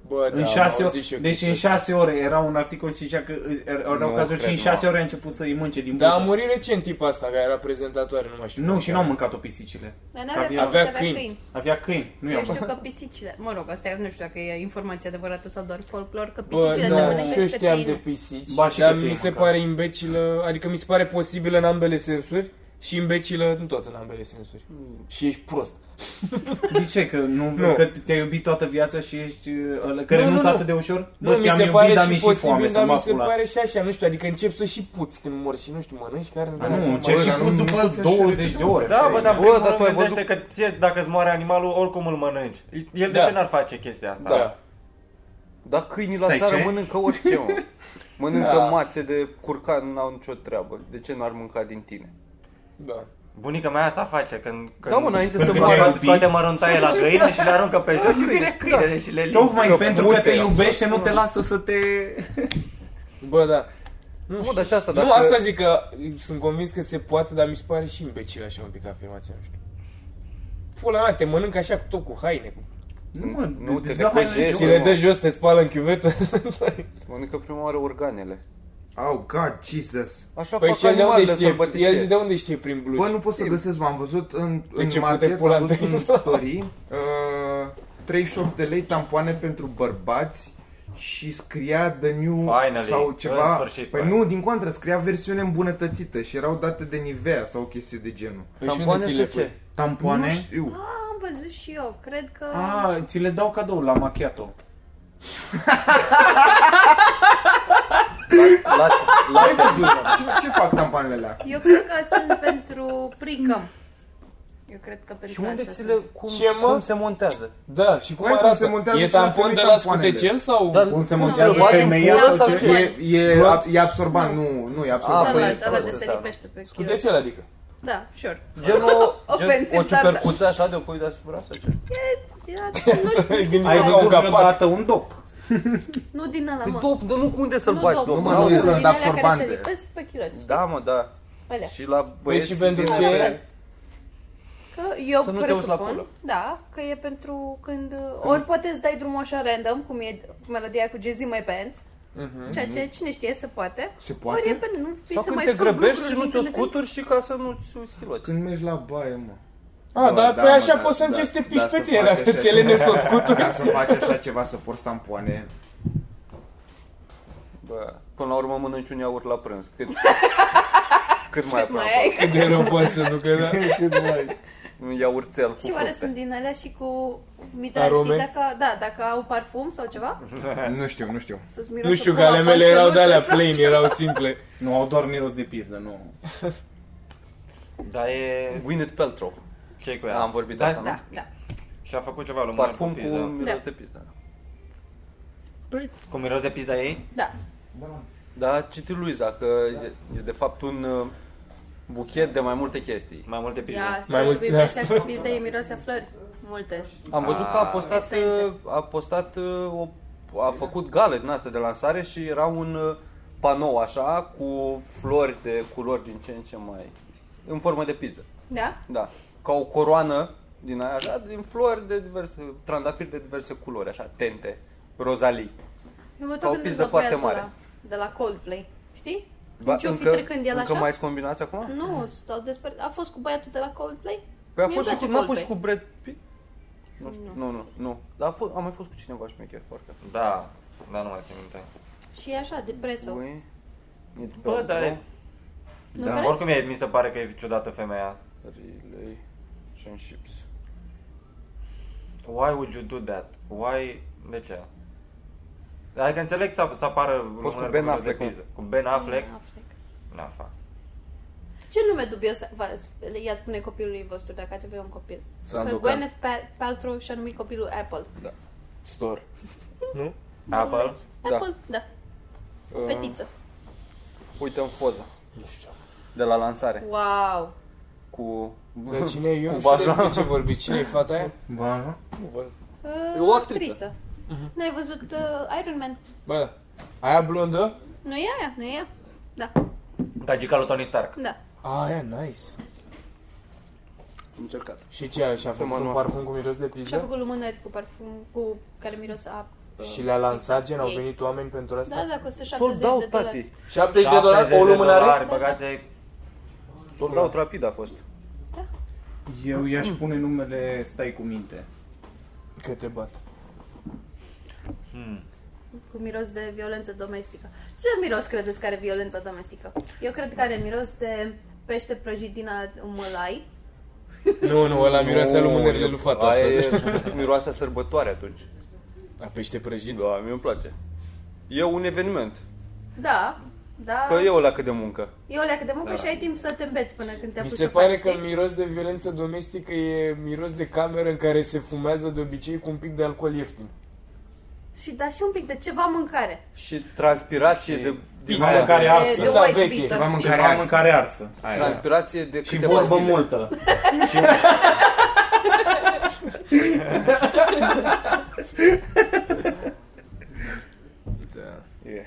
Bă, da, în șase am auzit și ore, eu deci în chestia șase ore era un articol și zicea că erau Nu cazuri și în cred, șase ore a început să-i mânce din asta. Da, a buză. murit recent tipul asta care era prezentatoare, nu mai știu. Nu, și n-au mâncat-o pisicile. Dar n-avea Avea- pisici, avea avea câini. câini. Avea câini, nu Eu i-au știu că pisicile, mă rog, asta e, nu știu dacă e informație adevărată sau doar folclor, că Bă, pisicile te da, mănâncă și eu și pe știam de țăină. pisici, Ba, și dar mi căței se mâncă. pare imbecilă, adică mi se pare posibilă în ambele sensuri și imbecilă în tot în ambele sensuri. Mm. Și ești prost. De ce? Că, nu, Nu. că te-ai iubit toată viața și ești uh, ăla, că Nu, nu, nu, renunți nu. atât de ușor? Nu, Bă, mi te-am se iubit, pare dar și mi-e și posibil, foame să dar mă mi se apula. pare și așa, nu știu, adică încep să și puți când mori și nu știu, mănânci care Dar nu, Nu, mai- ce Bă, și dar nu pus mult după așa 20 de ore. Da, bă, dar Bă, bă, primul dar rând tu ai gândește că ție, dacă îți moare animalul, oricum îl mănânci. El Da. de ce n-ar face chestia asta? Da. Dar câinii la Stai, țară ce? mănâncă orice, mă. Mănâncă Da. mațe de curcan, n-au nicio treabă. De ce n-ar mânca din tine? Da. Bunica mea asta face când... când Da, mă, înainte să când moară scoate- un pic. Scoate măruntaie la găină și le aruncă pe Da, jos și vine câinele și le lipă. Tocmai Că pentru mute că te erau. iubește, nu te lasă să te... Bă, da. Nu, dar și asta, Dacă... dacă... Nu, asta zic că sunt convins că se poate, dar mi se pare și imbecil așa un pic afirmația, nu știu. Pula mea, te mănâncă așa cu tot cu haine. cu- Nu, mă, Nu, te îți dau decoiezi, hainele Ți și le eu. dă jos, te spală în chiuvetă. Mănâncă prima oară organele. Oh, God, Jesus. Așa Păi fac și el de unde animalele știe? sălbătice. El de unde știe prin blugi? Bă, nu pot să găsesc, m-am văzut în, în ce pute market, pula am văzut întâi? în story, uh, 38 de lei tampoane pentru bărbați și scria The New Finally, sau ceva. în sfârșit, păi bă. nu, din contră, scria versiune îmbunătățită și erau date de Nivea sau chestii de genul. Păi și unde Tampoane ți sau le pui? ce? Nu Tampoane? știu. văzut și eu. Cred că... Ah, ți le dau cadou la macchiato. La, la, Ai văzut, mă, ce, ce fac tampanele alea? Eu cred că sunt pentru pricăm. Eu cred că pentru și unde asta ți sunt. le, cum, Ce, mă? cum se montează? Da, și cum Hai, cum arată? se montează e și la tampon femei de la tampoanele. scuticel sau? Dar Cum se ți le montează bagi în femeia pulă sau ce? ce? E, e, ab, e absorbant, nu, nu e absorbant. Ah, Păi, Ăla, păi, ești ăla prost. de prost, se asta. lipește pe chirurg. Scuticel, adică. Da, sure. Genul, Ofensiv, gen, o dar da. ciupercuță așa de o pui deasupra sau ce? Ia, Nu, știu. Ai ca un văzut capac. vreodată un dop? nu din ăla, Păi mă. dop, dar nu unde să-l nu bagi dopul, dop. mă, nu, din e sunt alea care se absorbante. lipesc pe chiloți. Da, mă, da. Alea. Și la Păi băieți și pentru din- ce? Că eu Să nu te uiți la Mm. presupun, pulă. da, că e pentru când... Ori poate îți dai drumul așa random, cum e melodia cu Jazzy My Pants, Mhm, ceea ce cine știe se poate. Se Ori e poate? pe nu fi Păi Sau să când mai te scot grăbești și lucruri nu din ți-o telefon. scuturi și ca să nu ți uiți chiloți. Când mergi la baie, mă. Ah, Da, dar da, pe așa mă, poți să da, începi să te da, piști pe să tine faci dacă așa ți ele ceva. nesoscuturi. Ca să faci așa ceva, să porți tampoane. Bă, până la urmă mănânci un iaurt la prânz. Cât, cât mai Mai aproape. ai Cât de rău poate să ducă, da? Un iaurțel cu Și oare sunt fructe. din alea și cu mitral, Arome? știi dacă, da, dacă au parfum sau ceva? Mhm. Nu știu, nu știu. Să-ți miroasă Nu știu, că pula ale mele erau de păsăruță alea sau plain, ceva. erau simple. Nu, au doar miros de pizdă, nu. Dar e... Gwyneth Paltrow. ce cu ea? Da, am vorbit de da, asta, nu? Da, da. Și a făcut ceva la mâna Parfum cu cu pizda. miros Da. de pizda. Cu miros de pizda ei? Da. Da, a citit Luiza că e, e de fapt un uh, buchet de mai multe chestii. Mai multe pizde. Ia, Mai stai mult- să vii da. pe seara cu pizda, e miroase a flori. Multe. Am văzut că a postat, uh, Esențe. a postat uh, o, a făcut gale din asta de lansare și era un uh, panou așa cu flori de culori din ce în ce mai în formă de pizdă. Da? Da, ca o coroană din aia, așa, din flori de diverse, trandafiri de diverse culori, așa, tente, rozalii. Eu mă Au tot gândesc pizdă la foarte băiatul mare. ăla de la Coldplay. Știi? Ba, ce-o fi trecând el încă așa? mai combinați acum? Nu, s-au despăr... a fost cu băiatul de la Coldplay? Păi a Mie fost și îmi cu, place n-a fost și cu Coldplay. Brad Pitt? Nu știu, nu, nu, nu. Dar a, fost, a mai fost cu cineva șmecher, parcă. Da, da, nu mai țin minte. Și e așa, depreso. Ui, e Bă, dar e- Nu Da. da. crezi? Oricum e, mi se pare că e ciudată femeia. Relationships. Why would you do that? Why... De ce? Adică înțeleg să, să apară Fost lumea cu Ben miros de Affleck, nu? pizda. Cu Ben Affleck? Na, fac. Ce nume dubios v- i-a spune copilului vostru dacă ați avea un copil? Că Sandokan. Păi Gwyneth Pa- Paltrow și-a numit copilul Apple. Store. Apple? Da. Apple? Da. Uh, Fetiță. Uite în poza. De la lansare. Wow. Cu... Dar cine e? Eu nu Cu știu baza. despre ce vorbi. Cine e fata aia? Banja? E o actriță. Mhm. N-ai văzut uh, Iron Man? Bă, aia blondă? Nu e aia, nu e ea? Da, Gagica lui Tony Stark. da. Aia, nice. Am încercat. Și ce, și-a făcut un manual. parfum cu miros de Și-a pizdă? făcut lumânări cu parfum cu care miroase a... Și le-a lansat, gen, au Ei. venit oameni pentru asta? Da, da, costă 70 Sold de out, dolari. tati. 70 de dolari, o 70 de lumânare? dolari, Băgați ai... Sold out rapid a fost. Eu i-aș pune numele Stai cu minte. Că te bat. Cu miros de violență domestică. Ce miros credeți că are violența domestică? Eu cred că are miros de pește prăjit din ala- un mălai. Nu, nu, ăla miroase Nu, lumânările e- lui fata asta. aia deci. e- Miroase a sărbătoare atunci. A pește prăjit? Da, mie îmi place. E un eveniment. Da, da. Că e o leacă de muncă. E o leacă de muncă și ai timp să te îmbeți până când Mi te apuci se să pare faci, că știi? miros de violență domestică e miros de cameră în care se fumează de obicei cu un pic de alcool ieftin. Și da și un pic de ceva mâncare. Și transpirație de... de Pizza de- care De, arsă. de Pizza wife veche. beater. Am Ceva mâncare arsă. mâncare. mâncare arsă. Transpirație de Și câteva vorbă zile. multă. Un pic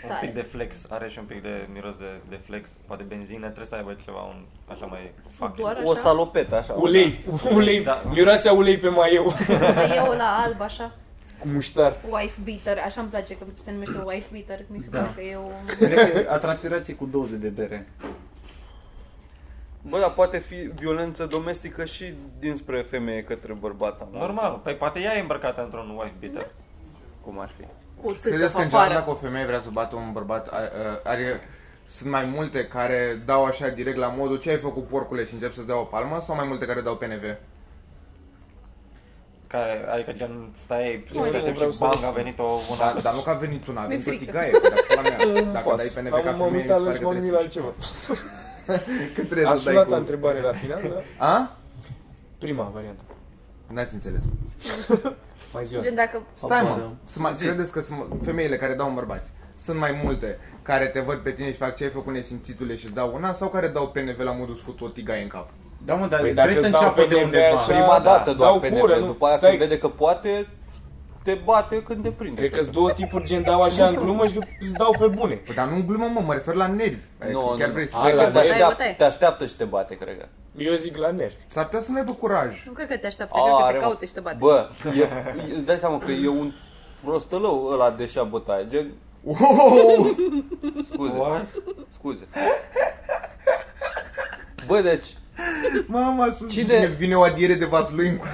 Tare. de flex, are și un pic de miros de, de flex, poate benzină, trebuie să aibă ceva un, așa mai Doar fucking. O așa. salopetă, așa. Ulei, ulei, Da. miroase a ulei pe maieu. Că e la alb așa. cu muștar. Wife beater, așa îmi place că se numește wife beater. Mi se Da. pare că e un... Cred că a transpirație cu doze de bere. Bă, dar poate fi violență domestică și dinspre femeie către bărbat. am auzit. Normal, păi poate ea e îmbrăcată într-un wife beater. Da. Cum ar fi? cu țâță Credeți că pe în general afară. dacă o femeie vrea să bată un bărbat, a- a- are, sunt mai multe care dau așa direct la modul ce ai făcut porcule și încep să-ți dau o palmă sau mai multe care dau PNV? Care, adică gen stai Nu, stai adică- și bang a venit o una. Da, dar nu că a venit un avem Mi-e pe frică. tigaie, că dacă pula mea, dacă Pas. dai Da, pe neve ca Am mă femeie, mi uit se pare alăși, că m-am gândit trebuie să la altceva. Că trebuie A să dai sunat cu... întrebare la final, da? A? Prima variantă. N-ați înțeles. Mai zi o Gen, dacă... Stai mă, sunt mai- credeți că sunt femeile care dau în bărbați? Sunt mai multe care te văd pe tine și fac ce ai făcut nesimțitule și dau una sau care dau PNV la modul să fut o tigaie în cap? Da, mă, dar Păi dacă trebuie să îți dau înceapă pe de neve undeva. așa- Prima da, dată doar dau pe cură, nervi, nu? după aia Stai. când vede că poate, te bate când te prinde. Cred că sunt două tipuri gen dau așa în glumă și dup- îți dau pe bune. Păi, dar nu în glumă, mă, mă refer la nervi. Adică nu, chiar nu. vrei să... Cred Ala, că te dai, bătaie. așteaptă, te așteaptă și te bate, cred că. Eu zic la nervi. S-ar putea să nu aibă curaj. Nu cred că te așteaptă, A, cred că are, te mă. caute și te bate. Bă, e, îți dai seama că e un prostălău ăla de șa bătaie, gen... Wow! Scuze, scuze. Bă, deci, Mama, sunt... Cine- Vine, vine o adiere de vaslui cu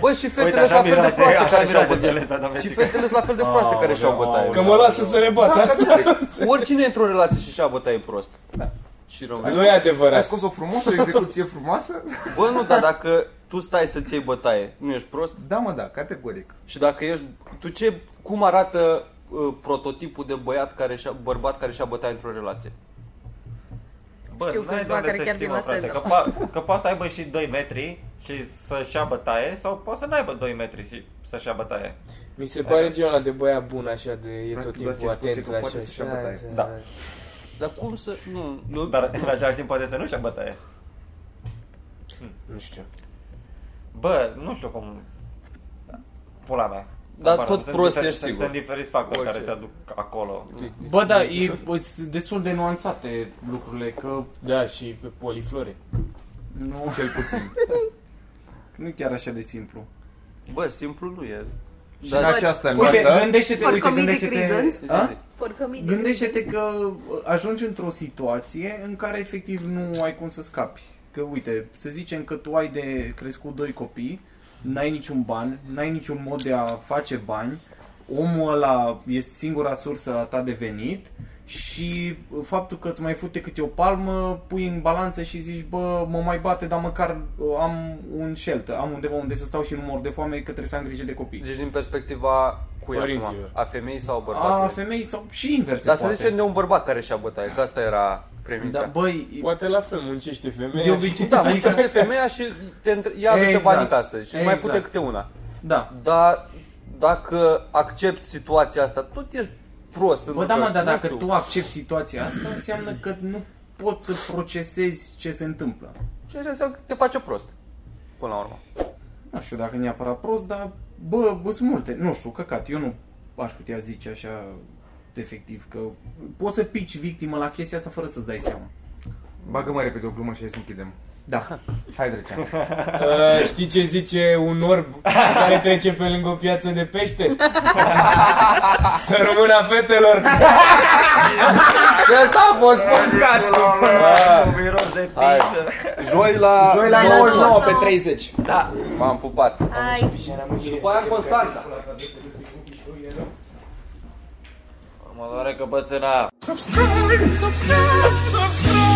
bă, și Uite, fetele așa sunt la fel de miroase, proaste așa care și-au miroase bătaie. violența Și domestică. fetele sunt la fel de proaste care și-au bătaie. Că mă da, lasă să ne bat asta. Oricine intră într-o relație și și-a bătaie prost. Da. Și rău. Nu e Ai adevărat. scos o frumoasă, o execuție frumoasă? Bă, nu, dar dacă tu stai să-ți iei bătaie, nu ești prost? Da, mă, da, categoric. Și dacă ești... Tu ce... Cum arată uh, prototipul de băiat care și-a, bărbat care și-a bătaie într-o relație? Bă, Știu n-ai de câțiva unde care să chiar știi, vin mă, la frate, stand-up. Că, po- că poate să aibă și 2 metri și să-și ia bătaie sau poate să n-aibă 2 metri și să-și ia bătaie. Mi se pare genul ăla de băia bun așa, de e tot Practic, doar timpul ce spuse atent că la poate așa. să-și ia bătaie. așa. Da. Dar cum să... Nu, nu Dar în același timp poate să nu-și ia bătaie. Nu știu. Bă, nu știu cum... Pula mea. Dar Apar, tot sunt prost diferi- ești, sunt- sigur. Sunt diferiți factori Orice. care te aduc acolo. Bă, da, e, sunt destul de nuanțate lucrurile, că Da, și pe poliflore. nu... Cel puțin. nu e chiar așa de simplu. Bă, simplu nu e. Și în Dar, această Uite, notă... gândește-te, For uite, comedic gândește-te... reasons. A? For comedic. Gândește-te că uh, ajungi într-o situație în care efectiv nu ai cum să scapi. Că uite, să zicem că tu ai de crescut doi copii, n-ai niciun ban, n-ai niciun mod de a face bani, omul ăla e singura sursă a ta de venit și uh, faptul că îți mai fute câte o palmă, pui în balanță și zici, bă, mă mai bate, dar măcar uh, am un shelter, am undeva unde să stau și nu mor de foame, că trebuie să am grijă de copii. deci din perspectiva cui acum? Părinților. A femeii sau a bărbatului? A, femei sau și invers. se Dar să poate. zicem de un bărbat care și-a bătaie, că asta era premisa. da, băi, Poate la fel muncește femeia. de obicei, Da, adică- adică femeia și te între... ea aduce Exact. bani în casă și exact. mai Exact. pute câte una. Da. Dar dacă accepti situația asta, tot ești prost. Bă, da, mă, dar dacă tu accepti situația asta, înseamnă că nu poți să procesezi ce se întâmplă. Ce înseamnă că te face prost, până la urmă. Nu știu dacă neapărat prost, dar, bă, bă, sunt multe. Nu știu, căcat, eu nu aș putea zice așa efectiv că poți să pici victimă la chestia asta fără să-ți dai seama. Bagă-mă repede o glumă și hai să închidem. Da. Hai, Drăcea. Uh, știi ce zice un orb care trece pe lângă o piață de pește? Să rămână fetelor! Și asta a fost podcastul! Bă, miros de Hai. pizza. Joi la... Joi la 99 pe 30. Da. M-am pupat. Hai. După aia Constanța. Mă doare căpățâna. subscribe, subscribe, subscribe.